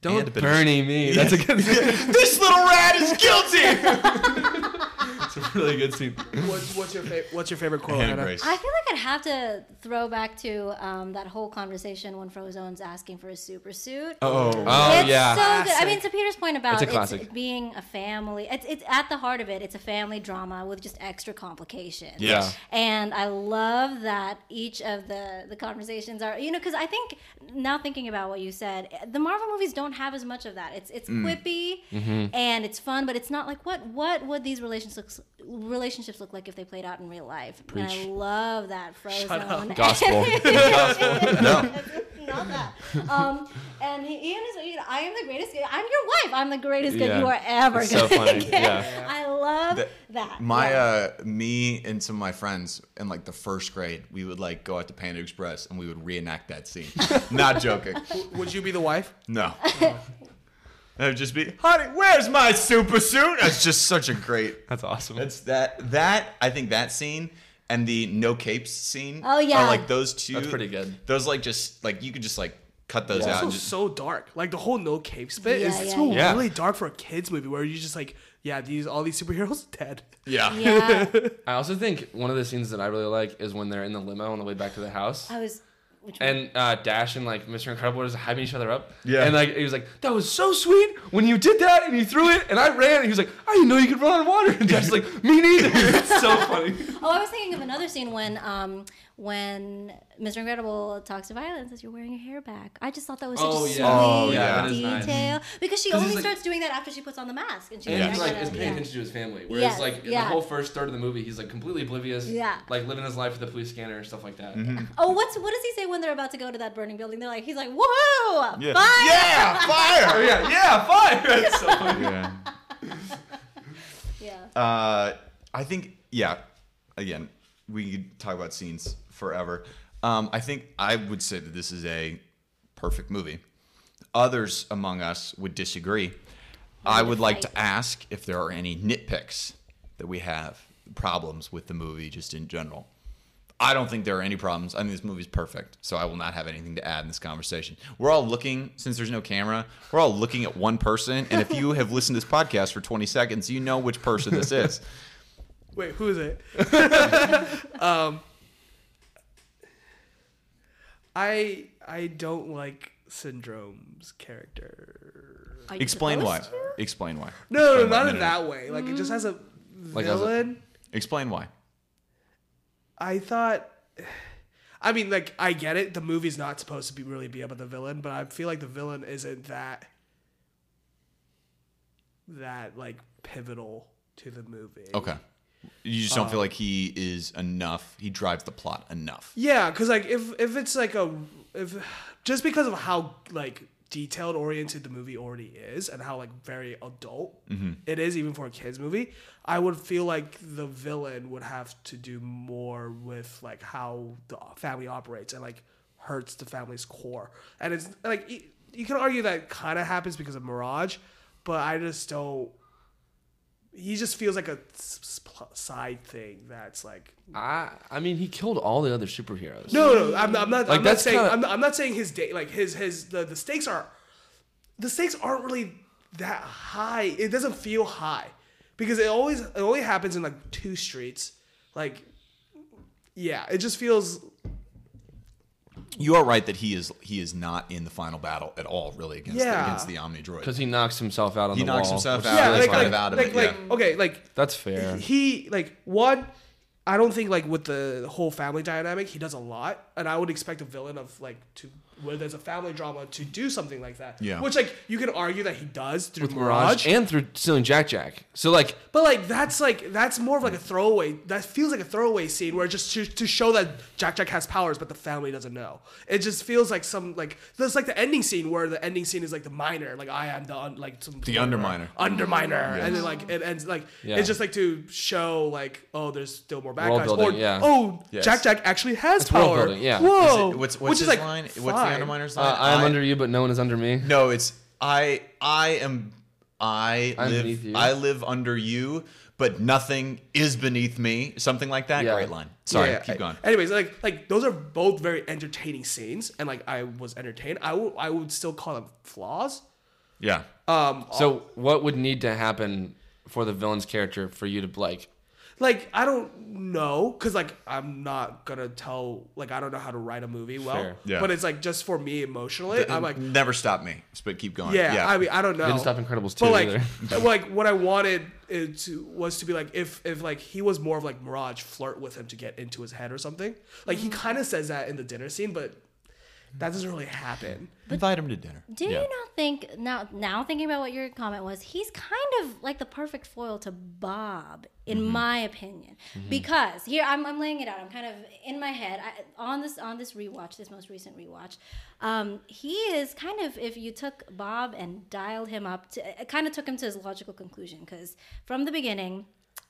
Don't And a bit of- Bernie me. That's a good. this little rat is guilty. That's a really good scene. What's, what's your favorite? What's your favorite quote? Hannah Hannah? Grace. I feel like I'd have to throw back to um, that whole conversation when Frozone's asking for a super suit. Oh, Oh it's yeah. so good. I mean, to Peter's point about It's a it's, classic. being a family, it's, it's at the heart of it. It's a family drama with just extra complications. Yes. And I love that each of the the conversations are, you know, because I think now thinking about what you said, the Marvel movies don't have as much of that. It's it's Mm. quippy Mm-hmm. and it's fun, but it's not like what what would these relationships relationships look like if they played out in real life? And I Preach. love that Frozen. Gospel. not that. Um, and he, Ian is, you know, I am the greatest. I'm your wife. I'm the greatest good Yeah. you are ever It's so gonna funny. get. Yeah. I love that. my Yeah. uh, me and some of my friends in like the first grade, we would like go out to Panda Express and we would reenact that scene. Not joking. Would you be the wife? No. It would just be, honey, where's my super suit? That's just such a great. That's awesome. That's that that I think that scene and the no capes scene. Oh, yeah. are like those two. That's pretty good. Those like just like you could just like cut those out. Also And just, so dark. Like the whole no cave spit Yeah, is yeah, so yeah. really dark for a kids movie where you're just like, yeah, these all these superheroes dead. yeah. yeah, I also think one of the scenes that I really like is when they're in the limo on the way back to the house. I was. Which one? and uh, Dash and like Mr. Incredible were just hyping each other up. Yeah. And like he was like, "That was so sweet when you did that and you threw it and I ran." And he was like, "I didn't know you could run on water." And Dash's like, "Me neither." it's so funny. Oh, I was thinking of another scene when um when Mr. Incredible talks to Violet and says you're wearing your hair back. I just thought that was such Oh, a yeah. sweet Oh, yeah, that is nice. detail because she 'Cause he's only like- starts doing that after she puts on the mask and she And goes he's back like to is them. paying Yeah. attention to his family, whereas Yes, like in the yeah. whole first third of the movie, he's like completely oblivious. Yeah. Like living his life with the police scanner and stuff like that. Oh, what's what does he say when they're about to go to that burning building? They're like he's like whoa, Yeah. fire! Yeah, Oh, fire. yeah, yeah, fire. It's so funny. yeah. yeah. Uh, I think, yeah, again, we could talk about scenes forever. Um, I think I would say that this is a perfect movie. Others among us would disagree. I would like to ask if there are any nitpicks that we have, problems with the movie just in general. I don't think there are any problems. I think this movie's perfect, so I will not have anything to add in this conversation. We're all looking, since there's no camera, we're all looking at one person, and if you have listened to this podcast for 20 seconds, you know which person this is. Wait, who is it? um, I I don't like Syndrome's character. Are you Explain why. supposed to? Explain why. No, no, Explain why. not in that way. Like it just has a as a- villain. Explain why. I thought. I mean, like I get it. The movie's not supposed to be really be about the villain, but I feel like the villain isn't that that like pivotal to the movie. Okay. You just Uh. don't feel like he is enough. He drives the plot enough. Yeah, because like if if it's like a if just because of how like detailed oriented the movie already is and how like very adult it is even for a kids movie i would feel like the villain would have to do more with like how the family operates and like hurts the family's core and it's like you, you can argue that kind of happens because of mirage but i just don't he just feels like a s- s- pl- side thing that's like I I mean, he killed all the other superheroes. no, no, I'm, I'm not. Like, I'm not that's saying. kinda- I'm, not, I'm not saying his day. Like his his the, the stakes are, the stakes aren't really that high. It doesn't feel high, because it always it only happens in like two streets. Like, yeah, it just feels You are right that he is he is not in the final battle at all, really against Yeah. the, against the Omni Droid. Because he knocks himself out on He the knocks wall, himself which is out. yeah, really like kind like of out of like, it, like yeah. okay, like That's fair. he like one i don't think like with the whole family dynamic he does a lot and i would expect a villain of like to where there's a family drama to do something like that Yeah. which like you can argue that he does through With Mirage mirage, and through stealing Jack Jack. So like, but like that's like that's more of like a throwaway that feels like a throwaway scene where just to, to show that jack jack has powers but the family doesn't know it just feels like some like there's like the ending scene where the ending scene is like the miner like i am the un, like some The underminer. underminer and then like it ends like Yeah. it's just like to show like oh there's still more bad World guys building, or yeah. oh Yes. jack jack actually has world power building, yeah. whoa Is it- what's what's Oh, which his is like line? What's the fine. Underminer's line? uh, I am I- under you, but no one is under me. No, it's I I am I I'm beneath live you. I live under you, but nothing is beneath me. Something like that. Yeah. Great line. Sorry, Yeah, keep I- going. Anyways, like like those are both very entertaining scenes, and like I was entertained. I would I would still call them flaws. yeah. uh, So what would need to happen for the villain's character for you to like? Like I don't know, cause like I'm not gonna tell. Like I don't know how to write a movie well. Fair. Yeah. But it's like just for me emotionally, I'm like, never stop me, but keep going. yeah, I mean I don't know. uh, Didn't stop Incredibles But two like, either. like what I wanted it to was to be like if if like he was more of like Mirage flirt with him to get into his head or something. Like he Mm-hmm. kind of says that in the dinner scene, but that doesn't really happen. invite him to dinner. Do you not think now? Now thinking about what your comment was, he's kind of like the perfect foil to Bob, in Mm-hmm. my opinion, because here I'm, I'm laying it out. I'm kind of in my head I, on this on this rewatch, this most recent rewatch. Um, he is kind of if you took Bob and dialed him up to, it kind of took him to his logical conclusion because from the beginning.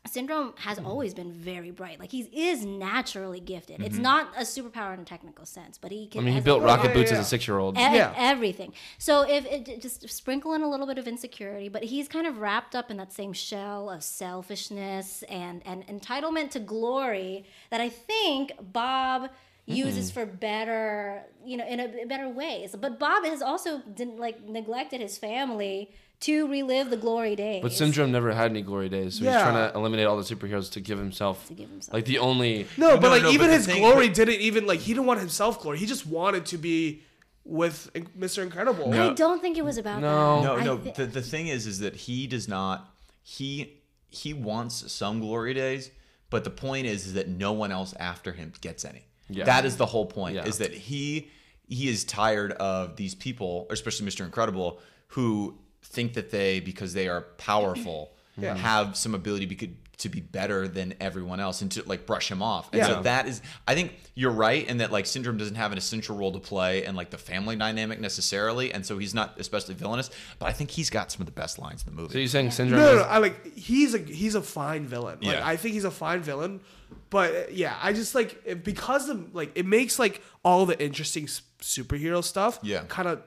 Syndrome has Mm-hmm. always been very bright. Like he is naturally gifted. It's not a superpower in a technical sense, but he Mm-hmm. can. I mean, he as a built person- rocket boots as a six year old. E- Yeah. everything. So if it, just sprinkle in a little bit of insecurity, but he's kind of wrapped up in that same shell of selfishness and and entitlement to glory that I think Bob Mm-hmm. uses for better, you know, in a better ways. But Bob has also didn't like neglected his family to relive the glory days. But Syndrome never had any glory days, so Yeah. he's trying to eliminate all the superheroes to give himself, give himself. like the only. No, but No, like no, even but the his thing- glory didn't even like he didn't want himself glory. He just wanted to be with Mr. Incredible. I don't think it was about No. that. No, I no. thi- the, the thing is, is that he does not. He he wants some glory days, but the point is, is that no one else after him gets any. Yeah. That is the whole point. Yeah. Is that he he is tired of these people, especially Mister Incredible, who think that they because they are powerful have some ability because to be better than everyone else and to like brush him off. And so Yeah. that is I think you're right in that like syndrome doesn't have an essential role to play in like the family dynamic necessarily, and so he's not especially villainous. But I think he's got some of the best lines in the movie. So you're saying Syndrome? No, no, is- no, I like he's a he's a fine villain. Like Yeah. I think he's a fine villain, but uh, yeah, I just like it- because the like it makes like all the interesting s- superhero stuff Yeah. kind of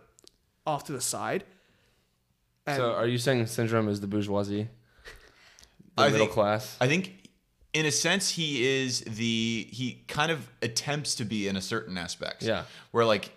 off to the side. And So are you saying Syndrome is the bourgeoisie, the I middle think- class? I think in a sense he is the he kind of attempts to be in a certain aspect. Yeah. Where like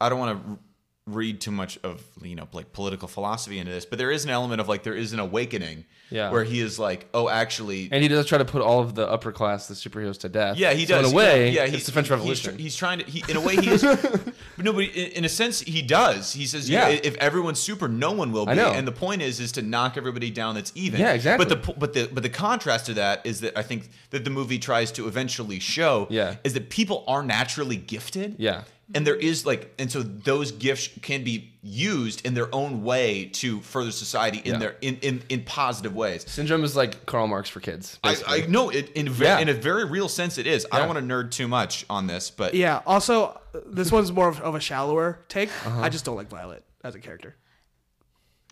I don't want to read too much of you know like political philosophy into this, but there is an element of like there is an awakening. Yeah. Where he is like, oh, actually, and he does try to put all of the upper class, the superheroes, to death. Yeah, he So does. in a way, yeah, it's the French he's- Revolution. He's, trying to. He, in a way, he is. but no, but in, in a sense, he does. He says, "Yeah, Yeah. if everyone's super, no one will be." I know. And the point is, is to knock everybody down that's even. Yeah, exactly. But the po- but the but the contrast to that is that I think that the movie tries to eventually show. Yeah. Is that people are naturally gifted. Yeah. And there is like, and so those gifts can be used in their own way to further society in Yeah. their in, in in positive ways. Syndrome is like Karl Marx for kids. I, basically. I know it in, ve- Yeah. in a very real sense it is. I don't want to nerd too much on this, but Uh-huh. yeah, also uh, this one's more of, of a shallower take. I just don't like Violet. as a character.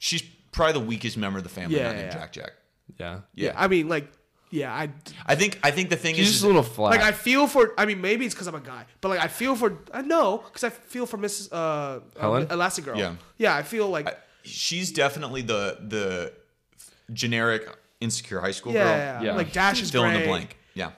She's probably the weakest member of the family, Yeah, not named yeah. Jack Jack. Yeah. Yeah. I mean, like, yeah, I I think I think the thing She's is just a little flat. like I feel for. I mean, maybe it's because I'm a guy, but like I feel for. I know because I feel for Mrs. Uh, Helen? uh, Elastigirl. Yeah. yeah. I feel like she's definitely the the generic insecure high school yeah, girl. yeah, yeah. Yeah. like Dash is Fill in the great. blank. Yeah.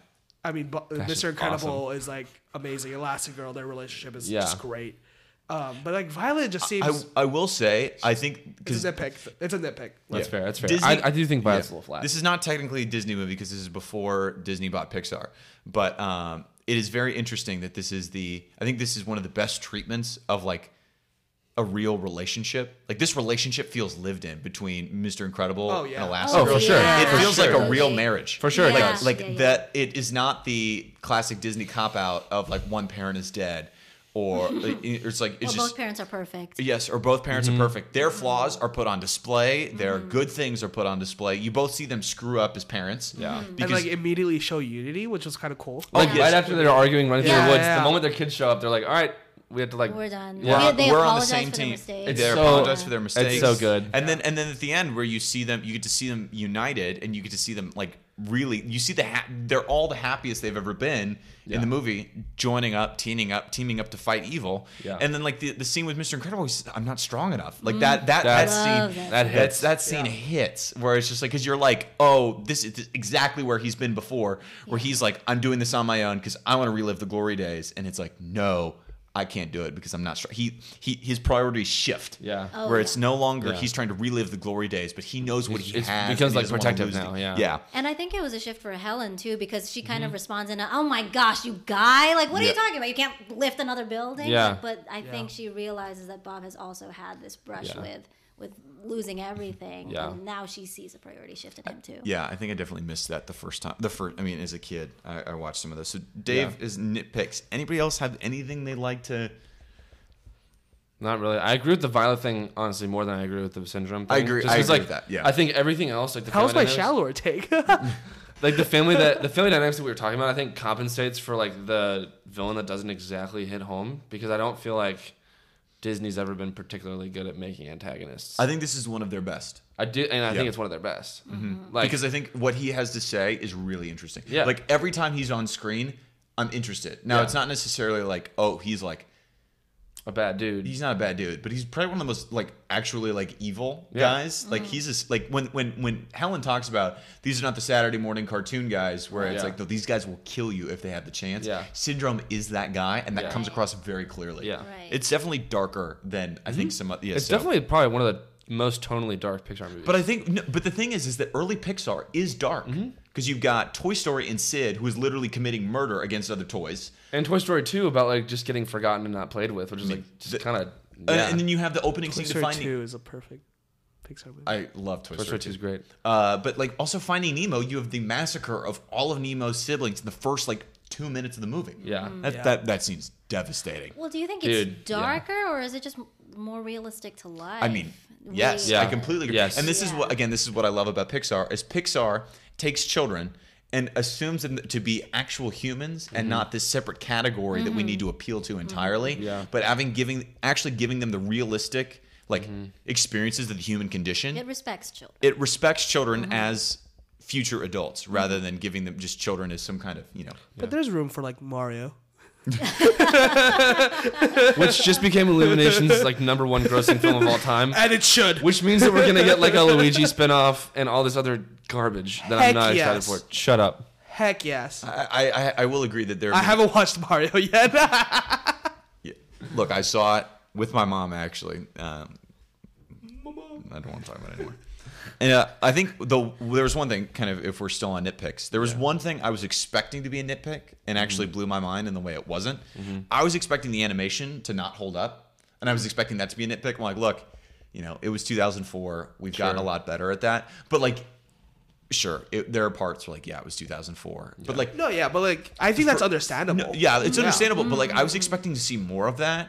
I mean, Bu- is Mr. Incredible is like amazing. Elastigirl, their relationship is Yeah. just great. Um, but like Violet just seems I, I will say I think it's because a nitpick. It's a nitpick. That's Yeah. fair. That's fair. Disney- I, I do think Violet's a little flat. This is not technically a Disney movie because this is before Disney bought Pixar, but um, it is very interesting that this is the. I think this is one of the best treatments of like a real relationship. Like this relationship feels lived in between Mr. Incredible Oh, yeah. and Elastigirl. Oh, for sure. It For feels like a sure. real marriage. For sure it Like, does. like Yeah, yeah. that it is not the classic Disney cop out of like one parent is dead or like, it's like it's just Well, both parents are perfect. Yes, or both parents Mm-hmm. are perfect. Their flaws are put on display. Their Mm-hmm. good things are put on display. You both see them screw up as parents. Yeah. Mm-hmm. Oh, Because and like immediately show unity, which was kind of cool. like yes. right after they're arguing, running through Yeah, the woods, yeah. the moment their kids show up, they're like, "All right, we have to like." We're done. we're, Yeah, on- they we're on the apologize same for team. Their mistakes. They It's so- apologize for their it's mistakes. so good. And then and then at the end where you see them, you get to see them united, and you get to see them like really. You see the ha- they're all the happiest they've ever been in the movie, joining up, teaming up, teaming up to fight evil. Yeah. And then like the, the scene with Mr. Incredible, he's, I'm not strong enough. Like that that that, That- scene Mm. Love that That That's hits. that scene hits where it's just like because you're like, oh, this is exactly where he's been before, where he's like, I'm doing this on my own because I want to relive the glory days, and it's like, no, I can't do it because I'm not strong. He he his priorities shift. Yeah. Oh, where it's no longer Yeah. he's trying to relive the glory days, but he knows what It's- he it's has. becomes, and he like, doesn't wanna protective lose it. now, yeah. Yeah. And I think it was a shift for Helen too, because she kind of responds in a, "Oh my gosh, you guy! Like, what are Yeah. you talking about? You can't lift another building." Yeah. But I think she realizes that Bob has also had this brush Yeah. with with losing everything, Yeah. and now she sees a priority shift in him too. Yeah, I think I definitely missed that the first time. The first, I mean, as a kid, I, I watched some of those. So Dave is nitpicks. Anybody else have anything they like to? Not really. I agree with the Violet thing honestly more than I agree with the syndrome. Thing. I agree- I 'cause, agree like, with that, yeah. I think everything else like the How was my family dynamics- shallower take? like the family that the family dynamics that we were talking about, I think compensates for like the villain that doesn't exactly hit home because I don't feel like Disney's ever been particularly good at making antagonists. I I, think this is one of their best. do, and I Yeah. Mm-hmm. think it's one of their best. Like because I think what he has to say is really interesting. Yeah. Like every time he's on screen, I'm interested. Now it's not necessarily like, oh, he's like a bad dude. he's not a bad dude, but he's probably one of the most like actually like evil Yeah. guys. Like he's just like when when when Helen talks about these are not the Saturday morning cartoon guys where it's Yeah. like no, these guys will kill you if they have the chance. Yeah. Syndrome is that guy, and that Yeah. comes across very clearly. Yeah. Mm-hmm. Right. It's definitely darker than I think some. Yeah, it's so- definitely probably one of the most tonally dark Pixar movies. But I think, no, but the thing is, is that early Pixar is dark Mm-hmm. because you've got Toy Story and Sid, who is literally committing murder against other toys, and Toy Story two about like just getting forgotten and not played with, which is like the- just kind of Uh, yeah. and then you have the opening Toy scene to Story Finding. Two is a perfect Pixar movie. I love Toy, Toy Story Story, two is 2. great. Uh, but like also Finding Nemo, you have the massacre of all of Nemo's siblings in the first like two minutes of the movie. Yeah. Mm, that that that seems devastating. Well, do you think Dude, it's yeah. darker, or is it just m- more realistic to life? I mean, yes, Really- I completely agree. Yes. And this is Yeah. what again, this is what I love about Pixar is Pixar takes children and assumes them to be actual humans Mm-hmm. and not this separate category that we Mm-hmm. need to appeal to entirely. Yeah. But having giving actually giving them the realistic like Mm-hmm. experiences of the human condition. It Mm-hmm. respects children. It respects children as future adults rather Mm-hmm. than giving them just children as some kind of, you know. But there's room for like Mario. which just became Illumination's like number one grossing film of all time. And it should. Which means that we're gonna get like a Luigi spinoff and all this other garbage that Heck I'm not yes. excited for. Shut up. Heck yes. I, I, I, I will agree that there haven't watched Mario yet. Look, I saw it with my mom actually. Um, I don't want to talk about it anymore. And uh, I think the there was one thing, kind of, if we're still on nitpicks, there was one thing I was expecting to be a nitpick, and actually blew my mind in the way it wasn't. I was expecting the animation to not hold up, and I was expecting that to be a nitpick. I'm like, look, you know, it was 2004. We've gotten a lot better at that, but like, sure, it, there are parts where like, yeah, it was 2004, but like, no, yeah, but like I think that's understandable. no, yeah, it's understandable, but like I Mm-hmm. was expecting to see more of that,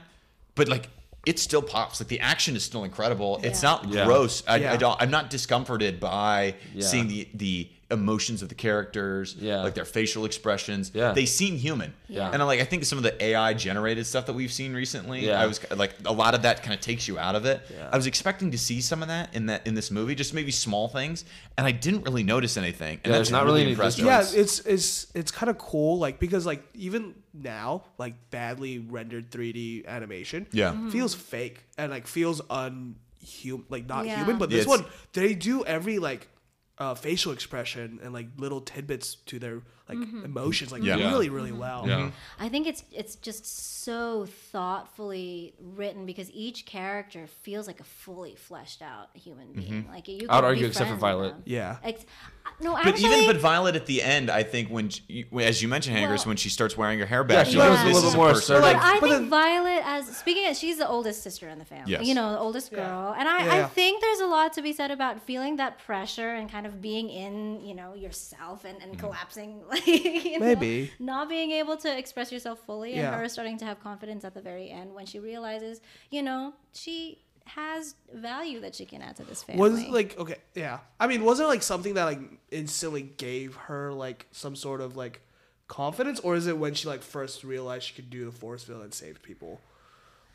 but like it still pops. Like the action is still incredible. It's not Yeah. gross. I, I Yeah. don't. I'm not discomforted by Yeah. seeing the the emotions of the characters, Yeah. like their facial expressions. Yeah. They seem human. Yeah. And I like I think some of the AI generated stuff that we've seen recently, Yeah. I was like a lot of that kind of takes you out of it. I was expecting to see some of that in that in this movie, just maybe small things, and I didn't really notice anything. And Yeah, there's that's not really any impressive. visual- yeah, choice. it's it's it's kind of cool, like because like even now, like badly rendered 3D animation, Yeah. Mhm. feels fake and like feels unhuman, like not Yeah. human. But Yeah, this it's- one, they do every like uh, facial expression and like little tidbits to their like emotions, like Yeah. really really well. I think it's it's just so thoughtfully written because each character feels like a fully fleshed out human being. Like you. I would could Mm-hmm. argue be except for friends with Violet. them. Yeah. Ex- uh, no, But actually, even but Violet at the end, I think when, she, as you mentioned, Hangers, Well- when she starts wearing her hair back, she you know, becomes a this little is more person. assertive. But Like, I but think then- Violet, as speaking, as she's the oldest sister in the family. Yes. You know, the oldest girl, and I, Yeah. I think there's a lot to be said about feeling that pressure and kind of being in, you know, yourself and, and collapsing, like you know, Mm. Maybe. not being able to express yourself fully, Yeah. and her starting to have confidence at the very end when she realizes, you know, she has value that she can add to this family. Was like okay, yeah. I mean, was it like something that like instantly gave her like some sort of like confidence, or is it when she like first realized she could do the force field and save people,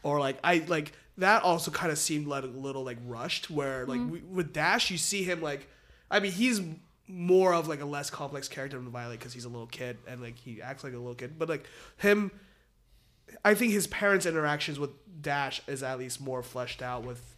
or like I like that also kind of seemed like a little like rushed. Where like we, with Dash, you see him like, I mean, he's more of like a less complex character than Violet because he's a little kid and like he acts like a little kid, but like him I think his parents' interactions with Dash is at least more fleshed out with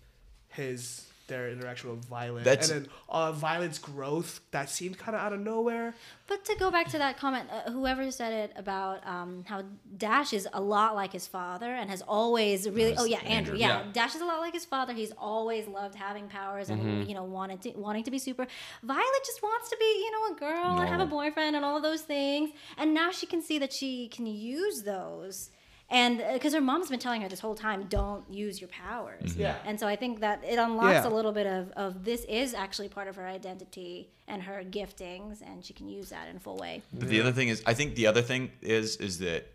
his their interaction with Violet, That's- and then uh, Violet's growth that seemed kind of out of nowhere. But to go back to that comment, uh, whoever said it about um, how Dash is a lot like his father and has always really oh yeah Andrew, yeah. Dash is a lot like his father. He's always loved having powers and you know wanted to wanting to be super. Violet just wants to be you know a girl and have a boyfriend and all of those things. And now she can see that she can use those. And because her mom's been telling her this whole time, don't use your powers. Yeah. And so I think that it unlocks Yeah. a little bit of, of this is actually part of her identity and her giftings, and she can use that in a full way. But the other thing is, I think the other thing is is that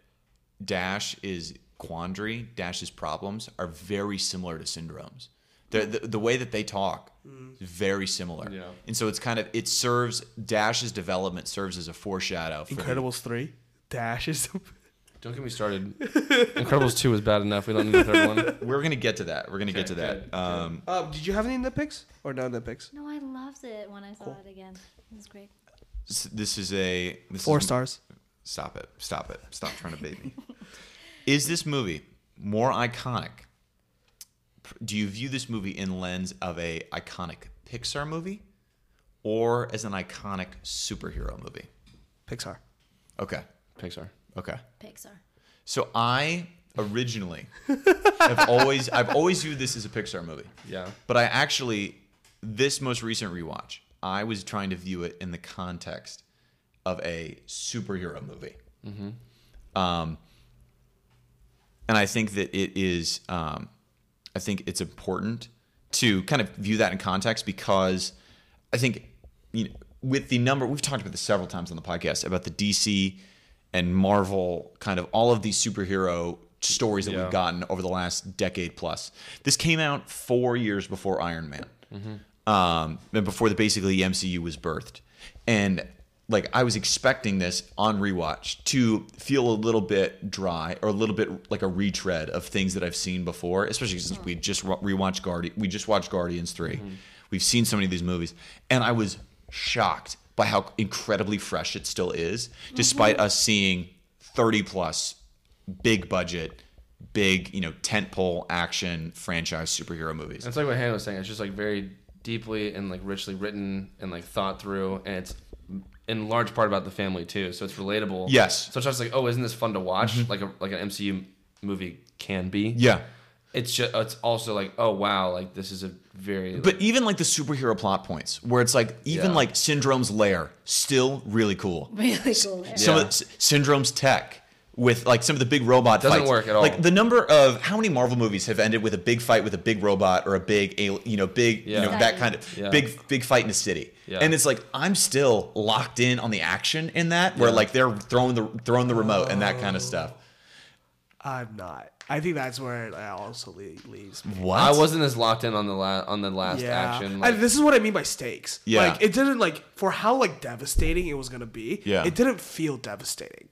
Dash is quandary. Dash's problems are very similar to syndromes. The, the, the way that they talk is very similar. Yeah. And so it's kind of it serves Dash's development serves as a foreshadow for Incredibles three, Dash is Don't get me started. Incredibles two was bad enough. We don't need the third one. We're gonna get to that. We're gonna get to Okay, that. good, Um, um, did you have any nitpicks or no nitpicks? No, I loved it when I saw it again. It was great. s- this is a this Four is, stars. Stop it. Stop it. Stop trying to bait me. Is this movie more iconic? Do you view this movie in lens of a iconic Pixar movie or as an iconic superhero movie? Pixar. Okay. Pixar. Okay. Pixar. So I originally have always I've always viewed this as a Pixar movie. Yeah. But I actually, this most recent rewatch, I was trying to view it in the context of a superhero movie. Um, and I think that it is, um, I think it's important to kind of view that in context because I think, you know, with the number, we've talked about this several times on the podcast about the DC and Marvel kind of all of these superhero stories that Yeah. we've gotten over the last decade plus. This came out four years before Iron Man, um, and before the basically the MCU was birthed. And like I was expecting this on rewatch to feel a little bit dry or a little bit like a retread of things that I've seen before, especially since we just re- rewatched Guardian. We just watched Guardians 3 We've seen so many of these movies, and I was shocked by how incredibly fresh it still is, despite us seeing 30 plus big budget, big, you know, tentpole action franchise superhero movies. It's like what Hannah was saying. It's just like very deeply and like richly written and like thought through, and it's in large part about the family too. So it's relatable. Yes. So it's just like, oh, isn't this fun to watch? Mm-hmm. Like a like an MCU movie can be. Yeah. It's just it's also like, oh wow, like this is a very like, But even like the superhero plot points, where it's like even Yeah. like Syndrome's lair, still really cool. Really cool. Some of Yeah. the, S- Syndrome's tech with like some of the big robot Doesn't fights. work at all. Like the number of how many Marvel movies have ended with a big fight with a big robot or a big al- you know big Yeah. you know that kind of Yeah. big big fight in the city. Yeah. And it's like I'm still locked in on the action in that where like they're throwing the throwing the remote and that kind of stuff. I'm not. I think that's where it also le- leaves me. What? I wasn't as locked in on the la- on the last Yeah, action. I, Like, this is what I mean by stakes. Yeah. like it didn't like for how like devastating it was gonna be. Yeah. it didn't feel devastating.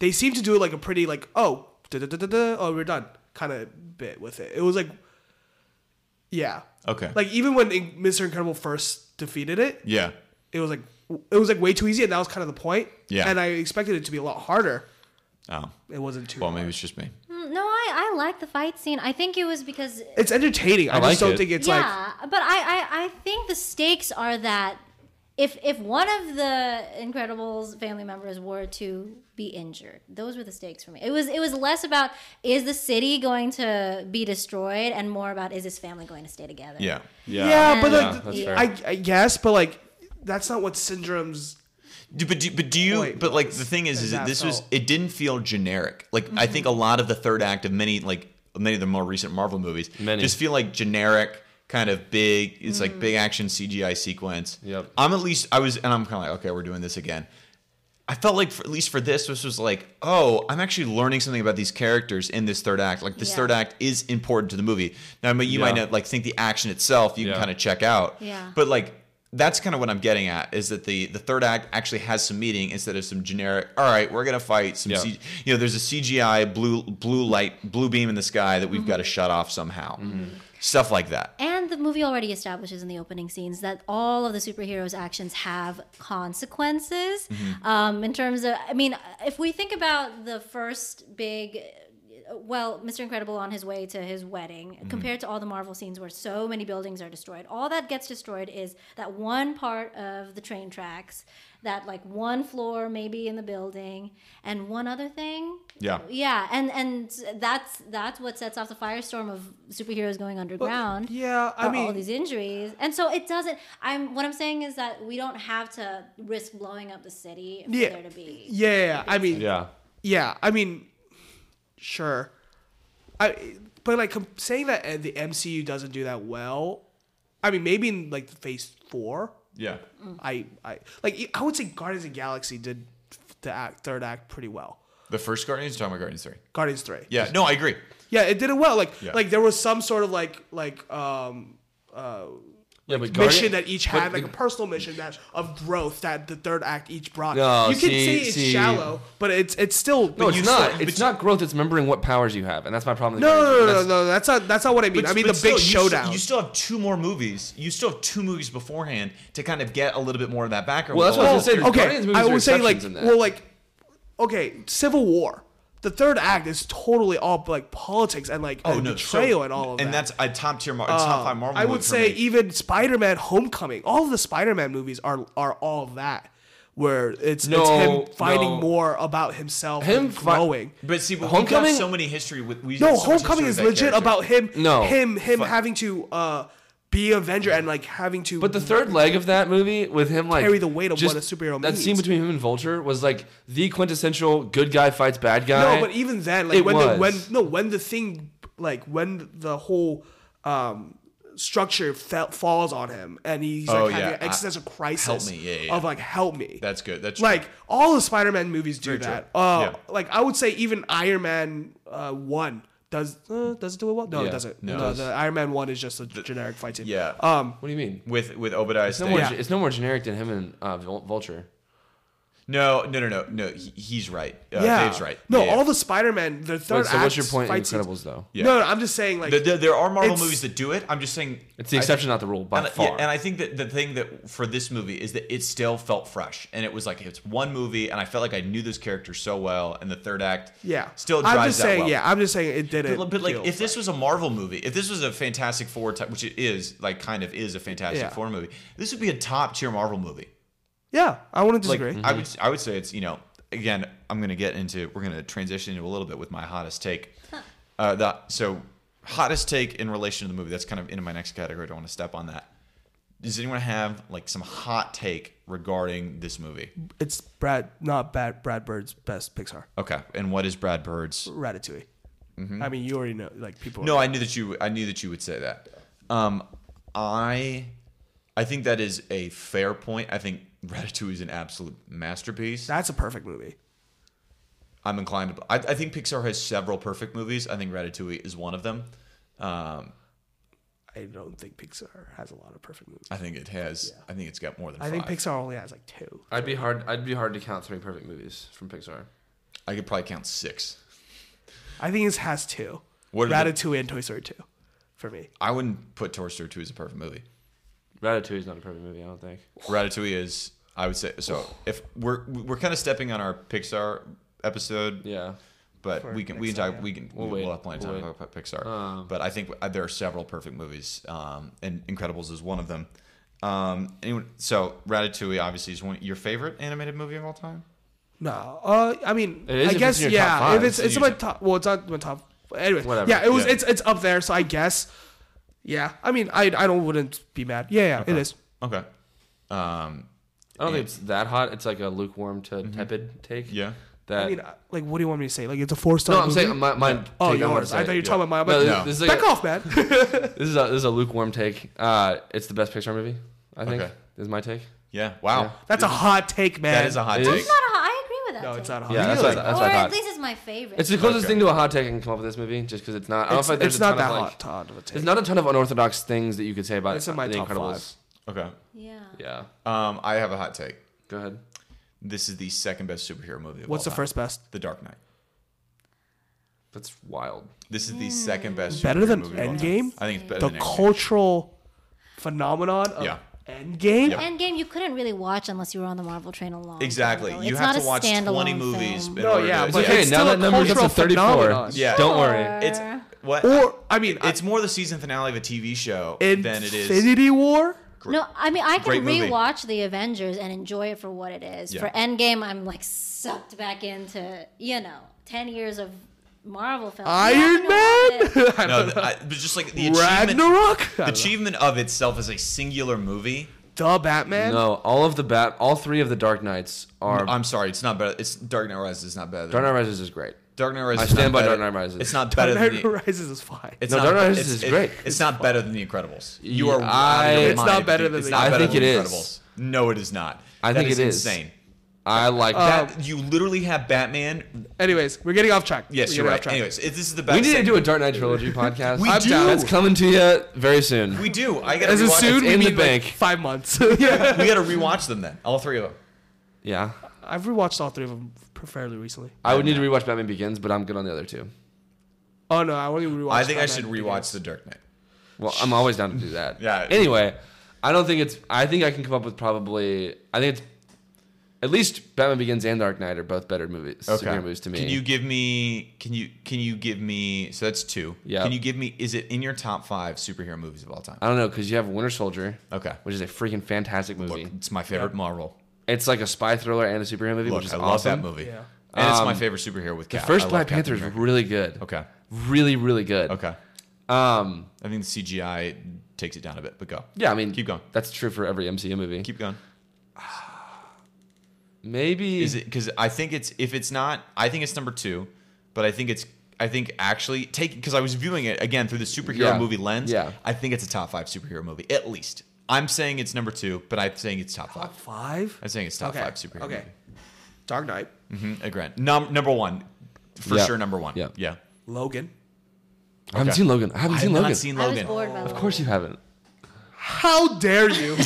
They seemed to do like a pretty like oh da da da da da oh we're done kind of bit with it. It was like, yeah, Okay. like even when In- Mr. Incredible first defeated it, yeah. it was like it was like way too easy, and that was kind of the point. Yeah. and I expected it to be a lot harder. Oh. It wasn't too. Well, hard. maybe it's just me. No, I, I like the fight scene. I think it was because it's entertaining. I, like just don't it. think it's like yeah, but I, I I think the stakes are that if if one of the Incredibles family members were to be injured, those were the stakes for me. It was it was less about is the city going to be destroyed and more about is this family going to stay together. Yeah. yeah. Yeah, but Yeah, like, that's fair. I, I guess, but like, that's not what syndromes. Do, but do, but do you Wait, but like the thing is is that that this was felt- it didn't feel generic like i Mm-hmm. think a lot of the third act of many like many of the more recent marvel movies Many. just feel like generic kind of big it's Mm. like big action cgi sequence Yep. i'm at least i was and i'm kind of like okay we're doing this again i felt like for, at least for this this was like oh i'm actually learning something about these characters in this third act like this Yeah. third act is important to the movie now I mean, you might Yeah. not like think the action itself you Yeah. can kind of check out Yeah. but like that's kind of what I'm getting at is that the the third act actually has some meaning instead of some generic. All right, we're gonna fight some. Yeah. C-, you know, there's a CGI blue blue light blue beam in the sky that Mm-hmm. we've got to shut off somehow. Mm-hmm. Stuff like that. And the movie already establishes in the opening scenes that all of the superheroes' actions have consequences. Um, in terms of, I mean, if we think about the first big, uh, well, Mr. Incredible on his way to his wedding, compared to all the Marvel scenes where so many buildings are destroyed, all that gets destroyed is that one part of the train tracks, that like one floor maybe in the building, and one other thing. Yeah. Yeah, and and that's that's what sets off the firestorm of superheroes going underground Yeah, I for all mean, these injuries, and so it doesn't. I'm what I'm saying is that we don't have to risk blowing up the city for Yeah. there to be. yeah, yeah, yeah, I mean, yeah. yeah. I mean, sure, I. But like com- saying that uh, the MCU doesn't do that well, I mean, maybe in like Phase Four, Yeah. I, I like I would say Guardians of the Galaxy did the act, third act pretty well. The first Guardians, you're talking about Guardians three. Guardians Three, Yeah. No, I agree. yeah, it did it well. Like, Yeah. like there was some sort of like like um Yeah, but mission that each but had, like the- a personal mission that of growth that the third act each brought. No, you can see- say it's see. shallow, but it's it's still. No, but it's you not. still- it's not growth. It's remembering what powers you have, and that's my problem. with No, no, no, Guardians. no, That's- no. That's not that's not what I mean. I mean the still, big you still- showdown. You still have two more movies. You still have two movies beforehand to kind of get a little bit more of that background. Well, that's with what I all- was gonna say. the Guardians movies I are would say like exceptions in that. well, like okay, Civil War. The third act is totally all like politics and like Oh and no, betrayal so, and all of and that. that's Uh, a top tier, Mar- top five Marvel. I movie would for say me. even Spider-Man: Homecoming. All of the Spider-Man movies are are all that, where it's No, it's him finding no. more about see Him him fi- growing. But see, but Homecoming- we've got so many history with we. so no, much Homecoming history with is that character. legit about him, No. him, him having to uh, be Avenger and like having to. But the third leg of that movie with him like Carry the weight of what a superhero That scene means. between him and Vulture was like the quintessential good guy fights bad guy. no, but even then, like It when the, when was. no when the thing like when the whole um structure fell, falls on him and he's like Oh, having yeah. an existential crisis me, yeah, yeah, yeah. of like help me. That's good. That's like true. all the Spider-Man movies Very do true. that. Uh, Yeah. Like I would say even Iron Man uh, one does uh, does it do it well? No, Yeah. it doesn't. No. No, the Iron Man one is just a generic fight scene. yeah. Um. what do you mean? with with Obadiah It's no, Stane. more, Yeah. it's no more generic than him and uh, Vul- Vulture. No, no, no, no, no. He, he's right. Uh, yeah. Dave's right. No, Yeah, yeah. all the Spider-Man the third. Wait, so what's act's your point in fight scenes- Incredibles though? Yeah. No, no, I'm just saying like There- there, there are Marvel It's- movies that do it. I'm just saying It's the exception, not the rule, by and, I- far. yeah, and I think that the thing that for this movie is that it still felt fresh, and it was like it's one movie, and I felt like I knew this character so well, and the third act, yeah. still drives I'm just that saying well. yeah. I'm just saying it didn't. But, but, like, feel if this was a Marvel movie, if this was a Fantastic Four type, which it is, like, kind of is a Fantastic Yeah. Four movie, this would be a top tier Marvel movie. Yeah, I wouldn't Like, disagree. I would, I would say it's you know, again, I'm gonna get into, we're gonna transition into a little bit with my hottest take. Uh, that so hottest take in relation to the movie. That's kind of into my next category. I don't want to step on that. Does anyone have like some hot take regarding this movie? it's Brad, not Brad, Brad Bird's best Pixar. Okay, and what is Brad Bird's? Ratatouille. I mean, you already know, like people. Mm-hmm. No, I knew that you. I knew that you would say that. Um, I, I think that is a fair point. I think Ratatouille is an absolute masterpiece. that's a perfect movie. I'm inclined to. I, I think Pixar has several perfect movies. I think Ratatouille is one of them. Um, I don't think Pixar has a lot of perfect movies. I think it has. I think it's got more than. I think five. Pixar only has like two. I'd be hard. I'd be hard to count three perfect movies from Pixar. I could probably count six. I think it has two. What are the- Ratatouille and Toy Story 2 for me. I wouldn't put Toy Story 2 as a perfect movie. Ratatouille is not a perfect movie. I don't think. Ratatouille is, I would say. So if we're we're kind of stepping on our Pixar episode, Yeah. but we can we can talk we can We'll we'll, wait. have plenty of We'll time wait. Um, about Pixar. but I think uh, there are several perfect movies, um, and Incredibles is one of them. Um, anyone, so Ratatouille obviously is one your favorite animated movie of all time. No, uh, I mean, It is if I it's guess in your top yeah. five, if it's it's in it's your my top, well, it's not my top. Anyway, Whatever, yeah, it was yeah. it's it's up there, so I guess, yeah. I mean, I I don't wouldn't be mad. Yeah, yeah, it is. Okay. Um, I don't think it's that hot. It's like a lukewarm to tepid take. yeah. That. I mean, I- like, what do you want me to say? Like, it's a four star. Uh, no, I'm saying my, my Oh, take, I wanna yours. I say- thought you were talking about mine. I'm No, like, this- this is back like a- off, man. This is a this is a lukewarm take. Uh, it's the best Pixar movie. I think Okay. is my take. Yeah. Wow. That's a hot take, man. That is a hot It take. is? Not a hot. I agree with that. No, it's not a hot. Yeah, that's Oh, Really? what, I- that's or what I at thought. least it's my favorite. It's the closest Okay. thing to a hot take I can come up with this movie, just because it's not. I don't It's, feel like there's it's a not ton of, that like, hot, Todd. Of a take. There's not a ton of unorthodox things that you could say about It's in my The top Incredibles. Okay. yeah. Yeah. Um, I have a hot take. Go ahead. This is the second best superhero movie. Of What's all the time. first best? The Dark Knight. That's wild. This is the second best. Mm. Better superhero than movie of all time. Endgame? I think it's better The than Endgame. cultural phenomenon of Yeah. Endgame. Yeah. Endgame, you couldn't really watch unless you were on the Marvel train alone. Exactly. You have to watch 20 movies. In No, order yeah, to, but yeah. it's still a cultural phenomenon. Yeah. Don't worry. it's what Or I mean, it's more the season finale of a TV show than it is. Infinity War. No, I mean I Great can movie. rewatch the Avengers and enjoy it for what it is. Yeah. For Endgame, I'm like sucked back into you know ten years of Marvel films. Iron Man. No, th- I, but just like the achievement, Ragnarok. the achievement of itself is a singular movie. The Batman. No, all of the bat, all three of the Dark Knights are. I'm sorry, it's not better. It's Dark Knight Rises is not better. Than, Dark Knight Rises is great. Dark Knight Rises. I is not stand by better- Dark Knight Rises. It's not better Dark Knight than the. Rises is fine. It's No, not, Dark Knight it's- Rises is it- great. It's not better than the Incredibles. You are. Yeah, out of your I- It's mind not if better you- than it's the not better Incredibles. than I the think it Incredibles. No, it is not. I That think is it is. insane. I Oh, like that. That you literally have Batman. Anyways, we're getting off track. Yes, we're you're getting right. Anyways, it- this is the best. We need to thing. do a Dark Knight trilogy podcast. We I'm do. down. That's coming to you very soon. We do. I gotta As a rewatch. soon it's we in the mean, bank. like, five months. yeah, we gotta rewatch them then. All three of them. yeah. I've rewatched all three of them fairly recently. I would need to rewatch Batman Begins, but I'm good on the other two. Oh no, I only rewatched. I think I Batman should rewatch Begins. The Dark Knight. Well, I'm always down to do that. Yeah. Anyway, I don't think it's. I think I can come up with probably. I think it's. At least Batman Begins and Dark Knight are both better movies. Superhero movies to me. Can you give me? Can you? Can you give me? So that's two. Yeah. Uh, Can you give me? Is it in your top five superhero movies of all time? I don't know because you have Winter Soldier. Okay. Which is a freaking fantastic movie. Look, it's my favorite Marvel. it's like a spy thriller and a superhero movie, Look, which is I love awesome. that movie. Yeah. And it's my favorite superhero with Um, The Cap. I first love Black Captain Panther is America. really good. Okay. Really, really good. Okay. Um. I think the CGI takes it down a bit, but go. Yeah. I mean, Keep going. That's true for every MCU movie. Keep going. Maybe Is it because I think it's if it's not, I think it's number two, but I think it's I think actually take because I was viewing it again through the superhero Yeah. movie lens. Yeah. I think it's a top five superhero movie at least. I'm saying it's number two, but I'm saying it's top five. five. I'm saying it's top Okay. five superhero Okay. Dark Knight, movie. Mm, I grant. Num- number one, for Yeah. sure. Number one. Yeah. Yeah. Logan. I haven't okay. seen Logan. I haven't I seen have Logan. not seen I was Logan. bored by of course you haven't. How dare you?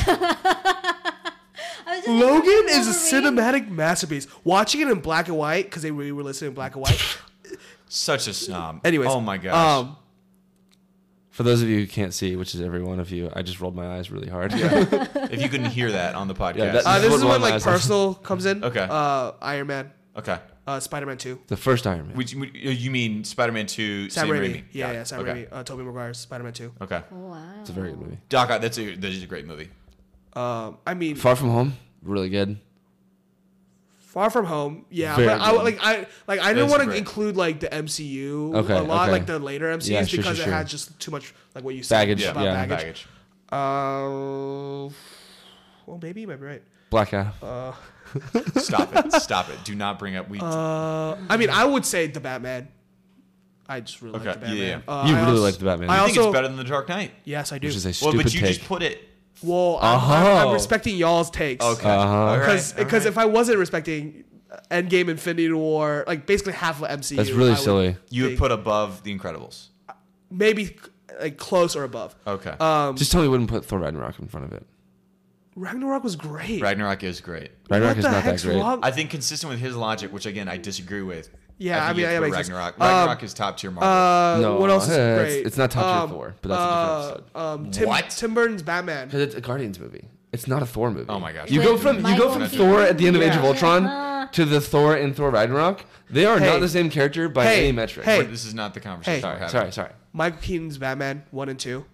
I was just- Logan is a Wolverine. cinematic masterpiece. Watching it in black and white because they really were listening in black and white. Such a snob. Anyways, Oh my gosh. Um, For those of you who can't see, which is every one of you, I just rolled my eyes really hard. if you couldn't hear that on the podcast. that- uh, this is What when one like last one? personal comes in. Okay. Uh, Iron Man, okay. uh, Spider Man Two, The first Iron Man. Would you, would- you mean Spider-Man Two? Sam Sam Raimi. Raimi. Yeah, Got yeah, it. Sam okay. Raimi. Uh, Tobey Maguire, Spider Man Two. Okay. Wow. It's a very good movie. Doc, Ock, that's a that's a great movie. Um, I mean, Far Far, From Home, really good. From Home. Yeah, Very but I good. like I like I didn't That's want to great. include like the MCU Okay, a lot, okay. like the later MCUs, Yeah, sure, because sure, it sure. had just too much like what you said Baggage, about yeah. baggage. Baggage. Uh, well, maybe you might be right. Black Adam. Stop it. Stop it. Do not bring up. We Uh, I mean, I would say the Batman. I just really like Okay, the Batman. yeah, yeah. Uh, you I really also- like the Batman. I I also think it's better than The Dark Knight. Yes, I do. which is a Well, stupid but you take. just put it. well, I'm, I'm- I'm Oh. respecting y'all's takes. Okay. Uh-huh. All right, Because all because right. if I wasn't respecting, Endgame, Infinity War, like basically half of MCU. That's really I would silly. You would think put above The Incredibles. maybe like close or above. Okay. Uh, Just tell me you wouldn't put Thor Ragnarok in front of it. Ragnarok was great. Ragnarok is great. Ragnarok What is the not that heck's great. wrong? I think consistent with his logic, which again I disagree with. Yeah, I think you mean, have that to put makes sense. Ragnarok. Um, Ragnarok is top tier Marvel. Uh, No, what else is eh, great? it's- it's not top tier Thor, but that's a different episode. Um, Tim, What? Tim Burton's Batman. Because it's a Guardians movie. It's not a Thor movie. Oh my gosh. You With go from you Michael go from Keaton. Thor at the end of Age of Yeah. Ultron Yeah. to the Thor in Thor Ragnarok. They are Hey. not the same character by Hey. any metric. Hey. Wait, this is not the conversation uh, Hey. we're having. Sorry, sorry. Michael Keaton's Batman one and 2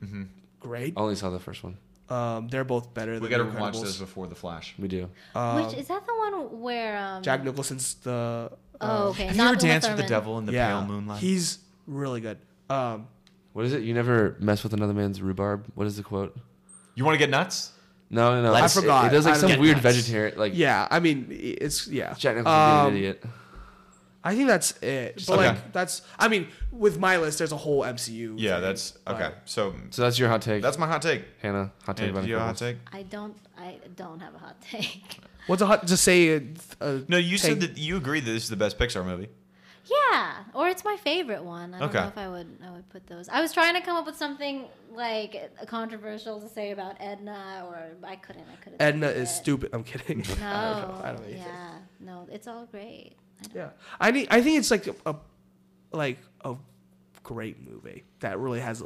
Great. I only saw the first one. Um, they're both better. Mm-hmm. Oh. We than gotta The watch Incredibles. those before the Flash. We do. Which is that the one where um, Um, Jack Nicholson's the. uh, Oh, okay. Have you not ever Uma danced with the Thurman. devil in the yeah, pale moonlight? He's really good. Um, What is it? You never mess with another man's rhubarb. What is the quote? you want to get nuts? No, no, no. I It's- it- forgot. It, does like I some don't- weird vegetarian. Like yeah, I mean, it's yeah. Jack Nicholson Um, being an idiot. I think that's it. But Okay. like, that's I mean, with my list, there's a whole MCU. Yeah, thing. that's okay. Like, So So that's your hot take. that's my hot take. Hannah. Hot take Hey, about you have a Incredibles. hot take? I don't. I don't have a hot take. What's a hot? Just say. uh, A, a No, you said take. that you agreed that this is the best Pixar movie. yeah, or it's my favorite one. I don't Okay. know if I would. I would put those. I was trying to come up with something like controversial to say about Edna, or I couldn't. I couldn't. Edna think of is it. stupid. I'm kidding. No. I don't know. I don't know. yeah. No, it's all great. I don't- Yeah, I need. I think it's like a, a like a great movie that really has.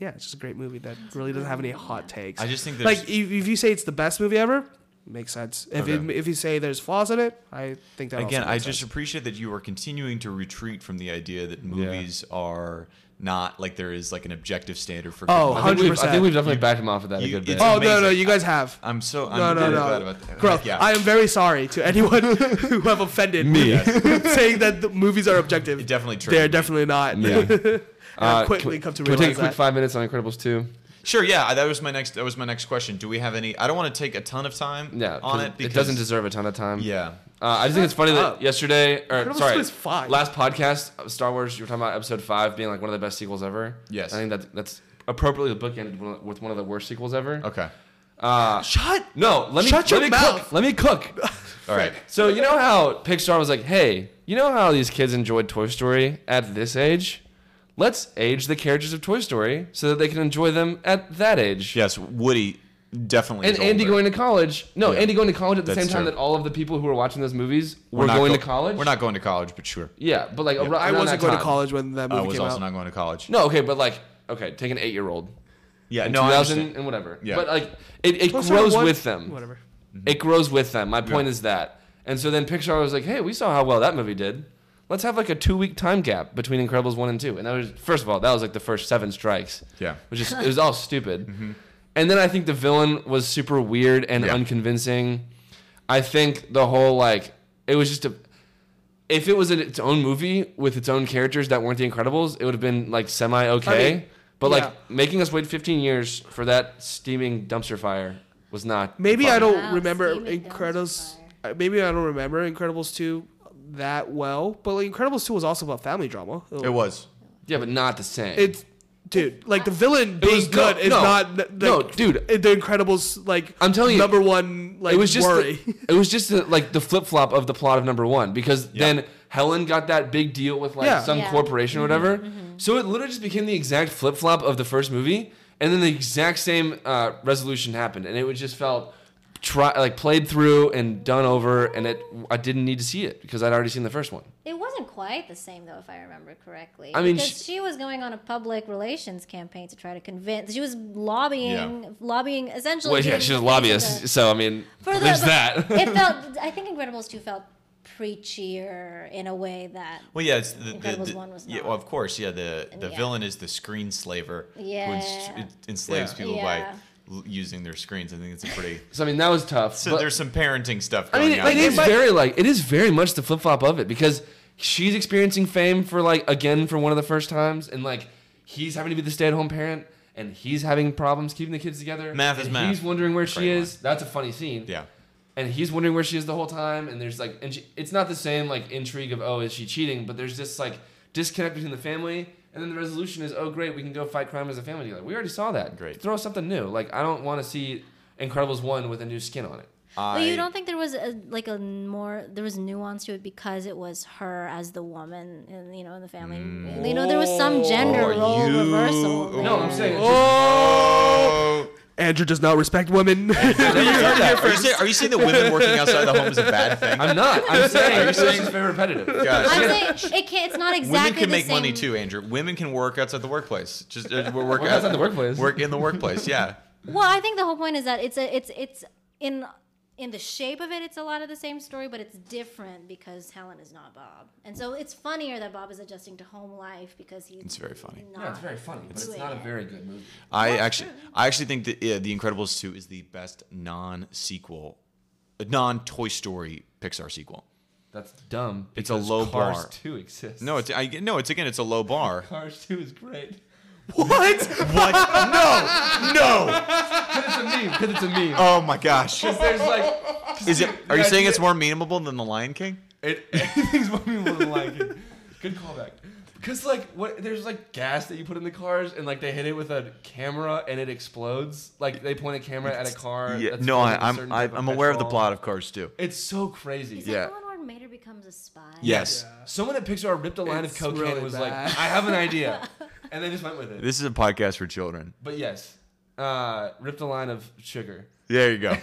Yeah, it's just a great movie that really doesn't have any hot takes. I just think there's- like if, if you say it's the best movie ever, makes sense. If it, Okay. if you say there's flaws in it, I think that Again, also I makes just sense. appreciate that you are continuing to retreat from the idea that movies are not like there is like an objective standard for. good Oh, movies. I think, we've, I 100%. think we've definitely backed him off of that you- a good it's bit. Oh no no, amazing. you guys have. I'm so I'm no, no, really no. glad about that. Girl, yeah. I am very sorry to anyone who have offended me saying that the movies are objective. It definitely They're triggered me. definitely not. Yeah. And Uh, I can quickly we- come to can we realize take a quick that. five minutes on Incredibles two? Sure, yeah, that was my next. That was my next question. Do we have any? I don't want to take a ton of time. Yeah, on 'cause it. Because, it doesn't deserve a ton of time. Yeah, Uh, I just think it's funny up. that yesterday, or Incredibles two sorry, is fine. last podcast, of Star Wars, you were talking about Episode Five being like one of the best sequels ever. Yes. I think that that's appropriately bookended one of- with one of the worst sequels ever. Okay. Shut. No, let me let Shut your me mouth. cook. Let me cook. All right. so you know how Pixar was like, hey, you know how these kids enjoyed Toy Story at this age? Let's age the characters of Toy Story so that they can enjoy them at that age. Yes, Woody definitely. And is Andy older. going to college. No, Yeah. Andy going to college at the That's same time true. that all of the people who are watching those movies We're were not going go- to college. We're not going to college, but sure. Yeah, but like around, I wasn't that going to time. college when that I movie was came also out. not going to college. No, okay, but like okay, take an eight-year-old. Yeah. in No. I 2000 understand. and whatever. Yeah. But like it, it Plus, grows one- with them. Whatever. Mm-hmm. It grows with them. My point Yeah. is that. And so then Pixar was like, hey, we saw how well that movie did. Let's have like a two week time gap between Incredibles one and two. And that was first of all, that was like the first seven strikes. Yeah. Which is it was all stupid. Mm-hmm. And then I think the villain was super weird and Yeah. unconvincing. I think the whole like it was just a if it was in its own movie with its own characters that weren't the Incredibles, it would have been like semi okay. I mean, but yeah. like making us wait 15 years for that steaming dumpster fire was not. Maybe I fun. don't Wow, remember Steven Gunn's Incredibles. fire. uh, Maybe I don't remember Incredibles two that well. But like, Incredibles two was also about family drama. It was. Yeah, but not the same. It's dude, like the villain being was- no, good is no, not like, no, dude. it- The Incredibles like I'm telling you, number one like it was just worry. the- it was just the, like the flip flop of the plot of number one because then Helen got that big deal with like Yeah. some Yeah. Mm-hmm. corporation or whatever. So it literally just became the exact flip flop of the first movie, and then the exact same uh, resolution happened, and it was just felt try like played through and done over, and it I didn't need to see it because I'd already seen the first one. It wasn't quite the same though, if I remember correctly. I mean, because she- she, was going on a public relations campaign to try to convince. She was lobbying, Yeah. lobbying essentially. Well, to yeah, get she's a the- lobbyist, the- so I mean, for the- there's the- that. it felt. I think Incredibles two felt preachier in a way that. Well, yeah, it's the, the, Incredibles the- one was yeah, not. well, of course, yeah. The the yeah. villain is the screen slaver who ens- Yeah. enslaves Yeah. people Yeah. by l- using their screens. I think it's a pretty. so I mean, that was tough. So but- there's some parenting stuff I going mean, on. like, there. it's very like it is very much the flip flop of it because she's experiencing fame for like again for one of the first times, and like he's having to be the stay at home parent, and he's having problems keeping the kids together. Math is and math. He's wondering where she Great is. That's a funny scene. yeah. And he's wondering where she is the whole time, and there's like, and she, it's not the same like intrigue of oh is she cheating, but there's this like disconnect between the family. And then the resolution is, oh great, we can go fight crime as a family together. We already saw that. Great. Throw something new. Like I don't want to see Incredibles one with a new skin on it. Well, you I- don't think there was a, like a more there was nuance to it because it was her as the woman, in, you know, in the family. You know, there was some gender Mm. Are role you- reversal. Oh, No, I'm there. saying Oh. Andrew does not respect women. Are you, saying, are you saying that women working outside the home is a bad thing? I'm not. I'm saying Are you it's saying- just very repetitive. Guys, I'm saying it can't, it's not exactly women can the make same. money too, Andrew. Women can work outside the workplace. Just uh, work, work outside the workplace. Work in the workplace. Yeah. Well, I think the whole point is that it's a it's it's in in the shape of it, it's a lot of the same story, but it's different because Helen is not Bob, and so it's funnier that Bob is adjusting to home life because he's It's very funny. Not Yeah, it's very funny, but it's not a very good movie. I actually, I actually think that uh, The Incredibles 2 is the best non-sequel, non-Toy Story Pixar sequel. That's dumb. It's a because low Cars bar. Two exists. No, it's I, no, it's again, it's a low bar. Cars Two is great. what? what? No, no. Because it's a meme. Because it's a meme. Oh my gosh. Because there's like Is it? Are you Yeah, saying yeah. it's more memeable than The Lion King? it, anything's more memeable than Lion King. Good callback. Because like what there's like gas that you put in the cars and like they hit it with a camera and it explodes. Like they point a camera at a car. Yeah. that's No, filled with a I, I'm certain I, type I'm aware of the petrol. plot of Cars 2. It's so crazy. Is Yeah. that the one where Mater becomes a spy? Yes. Someone at Pixar ripped a line It's of cocaine really and was like, bad. I have an idea. and they just went with it. This is a podcast for children. But yes, uh, ripped a line of sugar. There you go.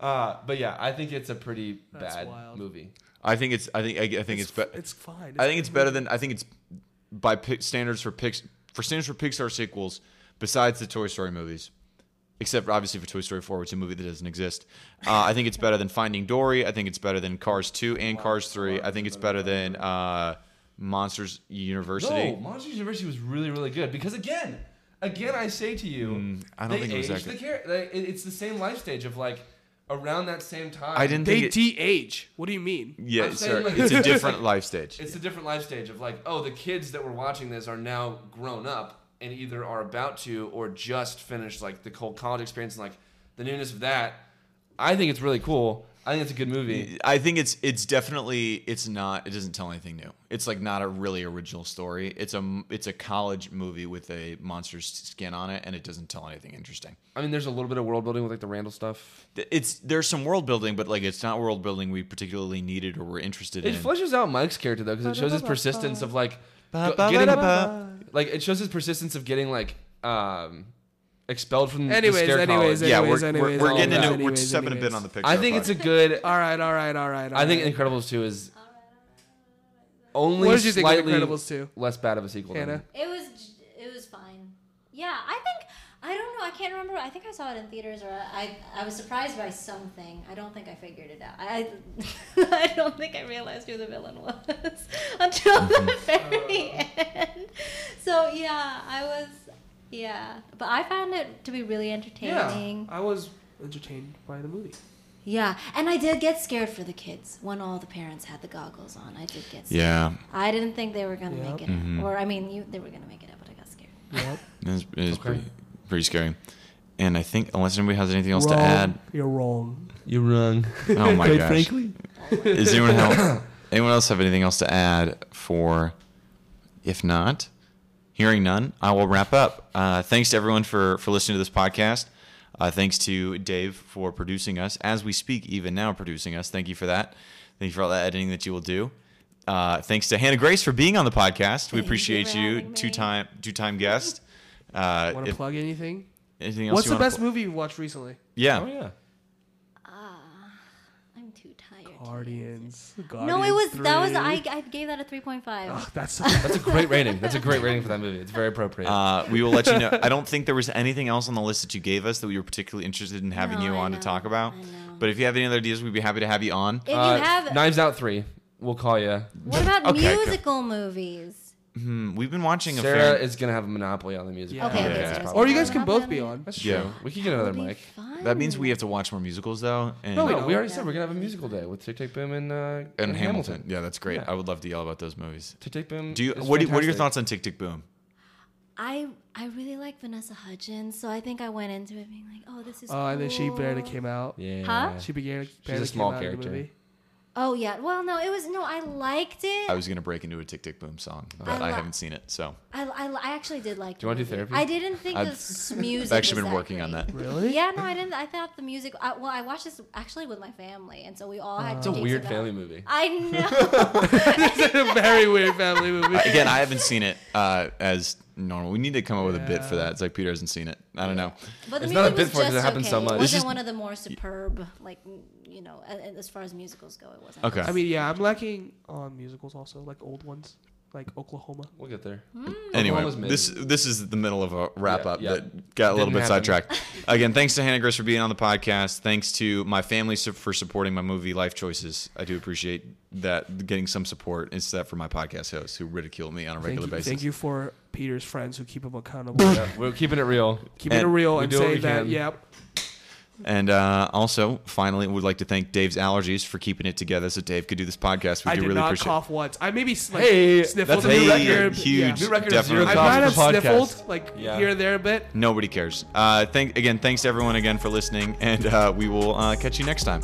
Uh, but yeah, I think it's a pretty That's bad wild. movie. I think it's. I think. I, I think it's. be- It's fine. I think it's better than. I think it's by pi- standards for Pix for standards for Pixar sequels. Besides the Toy Story movies, except obviously for Toy Story Four, which is a movie that doesn't exist. Uh, I think it's better than Finding Dory. I think it's better than Cars Two and Cars Three. I think it's better than uh, Monsters University. No, Monsters University was really, really good because again, again, I say to you, Mm, I don't they think it was aged that the good. character. it's the same life stage of like around that same time. I didn't They think. it, de-age. What do you mean? yeah, I'm saying, sorry. like- it's a different life stage. It's a different life stage of like, oh, the kids that were watching this are now grown up and either are about to or just finished like the whole college experience and like the newness of that. I think it's really cool. I think it's a good movie. I think it's it's definitely it's not it doesn't tell anything new. It's like not a really original story. It's a it's a college movie with a monster's skin on it, and it doesn't tell anything interesting. I mean, there's a little bit of world building with like the Randall stuff. Th- It's there's some world building, but like it's not world building we particularly needed or were interested It in. fleshes out Mike's character though, because it shows his persistence of like go- Ba-ba-ba-da-ba. getting, like it shows his persistence of getting like um expelled from the Anyways, scare anyways, college. yeah, anyways, we're, anyways, we're, we're anyways, getting into we're anyways, stepping a bit anyways. on the picture. I think it's a good. All right, all right, all right. All I think right. Incredibles two is only What did you think of slightly Incredibles 2? less bad of a sequel. than- Hannah? It was j- it was fine. Yeah, I think I don't know. I can't remember. I think I saw it in theaters, or I I was surprised by something. I don't think I figured it out. I I don't think I realized who the villain was until the very end. So yeah, I was yeah, but I found it to be really Yeah, entertaining. Yeah. I was entertained by the movie. and I did get scared for the kids when all the parents had the goggles on. I did get scared. yeah, I didn't think they were gonna Yep. make it, up. or I mean, you they were gonna make it up, but I got scared. it's, it's Okay. pretty- pretty scary. And I think unless anybody has anything else wrong. You're wrong. You're wrong. oh my gosh. Frankly, Is anyone else, anyone else have anything else to add for? If not, hearing none, I will wrap up. Uh, thanks to everyone for for listening to this podcast. Uh, thanks to Dave for producing us as we speak, even now producing us. Thank you for that. Thank you for all that editing that you will do. Uh, thanks to Hannah Grace for being on the podcast. We you appreciate for you, having me. two time two time guest. Uh, Want to if, plug anything? anything else What's you the wanna best pl- movie you watched recently? Yeah. oh yeah. I'm too tired. to Guardians. No, it was that was I, three. I gave that a three point five. That's That's a great rating. That's a great rating for that movie. It's very appropriate. Uh, we will let you know. I don't think there was anything else on the list that you gave us that we were particularly interested in having No, you I on know. to talk about. I know. But if you have any other ideas, we'd be happy to have you on. If Uh, you have, Knives Out three. We'll call you. what about Okay, good. musical movies? Mm, We've been watching a Sarah fair. is gonna have a monopoly on the music. Yeah. Okay, Yeah. okay, Yeah. so- or you guys can both be on. That's Yeah. true. We could get another That'd be mic. fun. that means we have to watch more musicals though. And, No, we we, don't. already said we're gonna have a musical day with Tick Tick Boom and uh, and Hamilton. Yeah, that's great. Yeah. I would love to yell about those movies. Tick Tick Boom. Do you? is What, do you- what are your fantastic. thoughts on Tick Tick Boom? I I really like Vanessa Hudgens, so I think I went into it being like, oh, this is. Uh, and then she barely cool. came out. Yeah. Huh? She began. Barely small came out in the character. movie. Oh yeah. Well, no, it was no. I liked it. I was gonna break into a Tick Tick Boom song, but I, I lo- haven't seen it, so I, I, I actually did like. Do you wanna do therapy? I didn't think I've- the s- music. I've actually was been that working on great. that. Really? Yeah, no, I didn't. I thought the music. I, well, I watched this actually with my family, and so we all Uh, had. It's a debates weird about- family movie. I know. it's a very weird family movie. Again, I haven't seen it uh, as normal. We need to come up with a bit for that. It's like Peter hasn't seen it. I don't know. But the It's music not a was bit for it 'cause just it happens okay. so much. It It's wasn't just- one of the more superb, like you know, a- a- as far as musicals go, it wasn't. Okay. I mean, yeah, I'm lacking on musicals also, like old ones, like Oklahoma. We'll get there. Hmm? anyway, Oklahoma's mid. this this is the middle of a wrap Yeah, up yeah. that got a little Didn't bit happen. sidetracked. Again, thanks to Hannah Griss for being on the podcast. Thanks to my family su- for supporting my movie life choices. I do appreciate that getting some support, except for my podcast hosts who ridicule me on a Thank regular you, basis. thank you for Peter's friends who keep him accountable. Yeah, we're keeping it real. Keep it And real we and do what say we that. can. Yep. And uh, also, finally, would like to thank Dave's allergies for keeping it together so Dave could do this podcast. We I do did really not appreciate. cough once. I maybe s- like, Hey, sniffled that's a Hey, a new new record. huge, Yeah. New record of definitely. zero I cough might have for the podcast. sniffled like Yeah. here and there a bit. Nobody cares. Uh, thank again. Thanks to everyone again for listening, and uh, we will uh, catch you next time.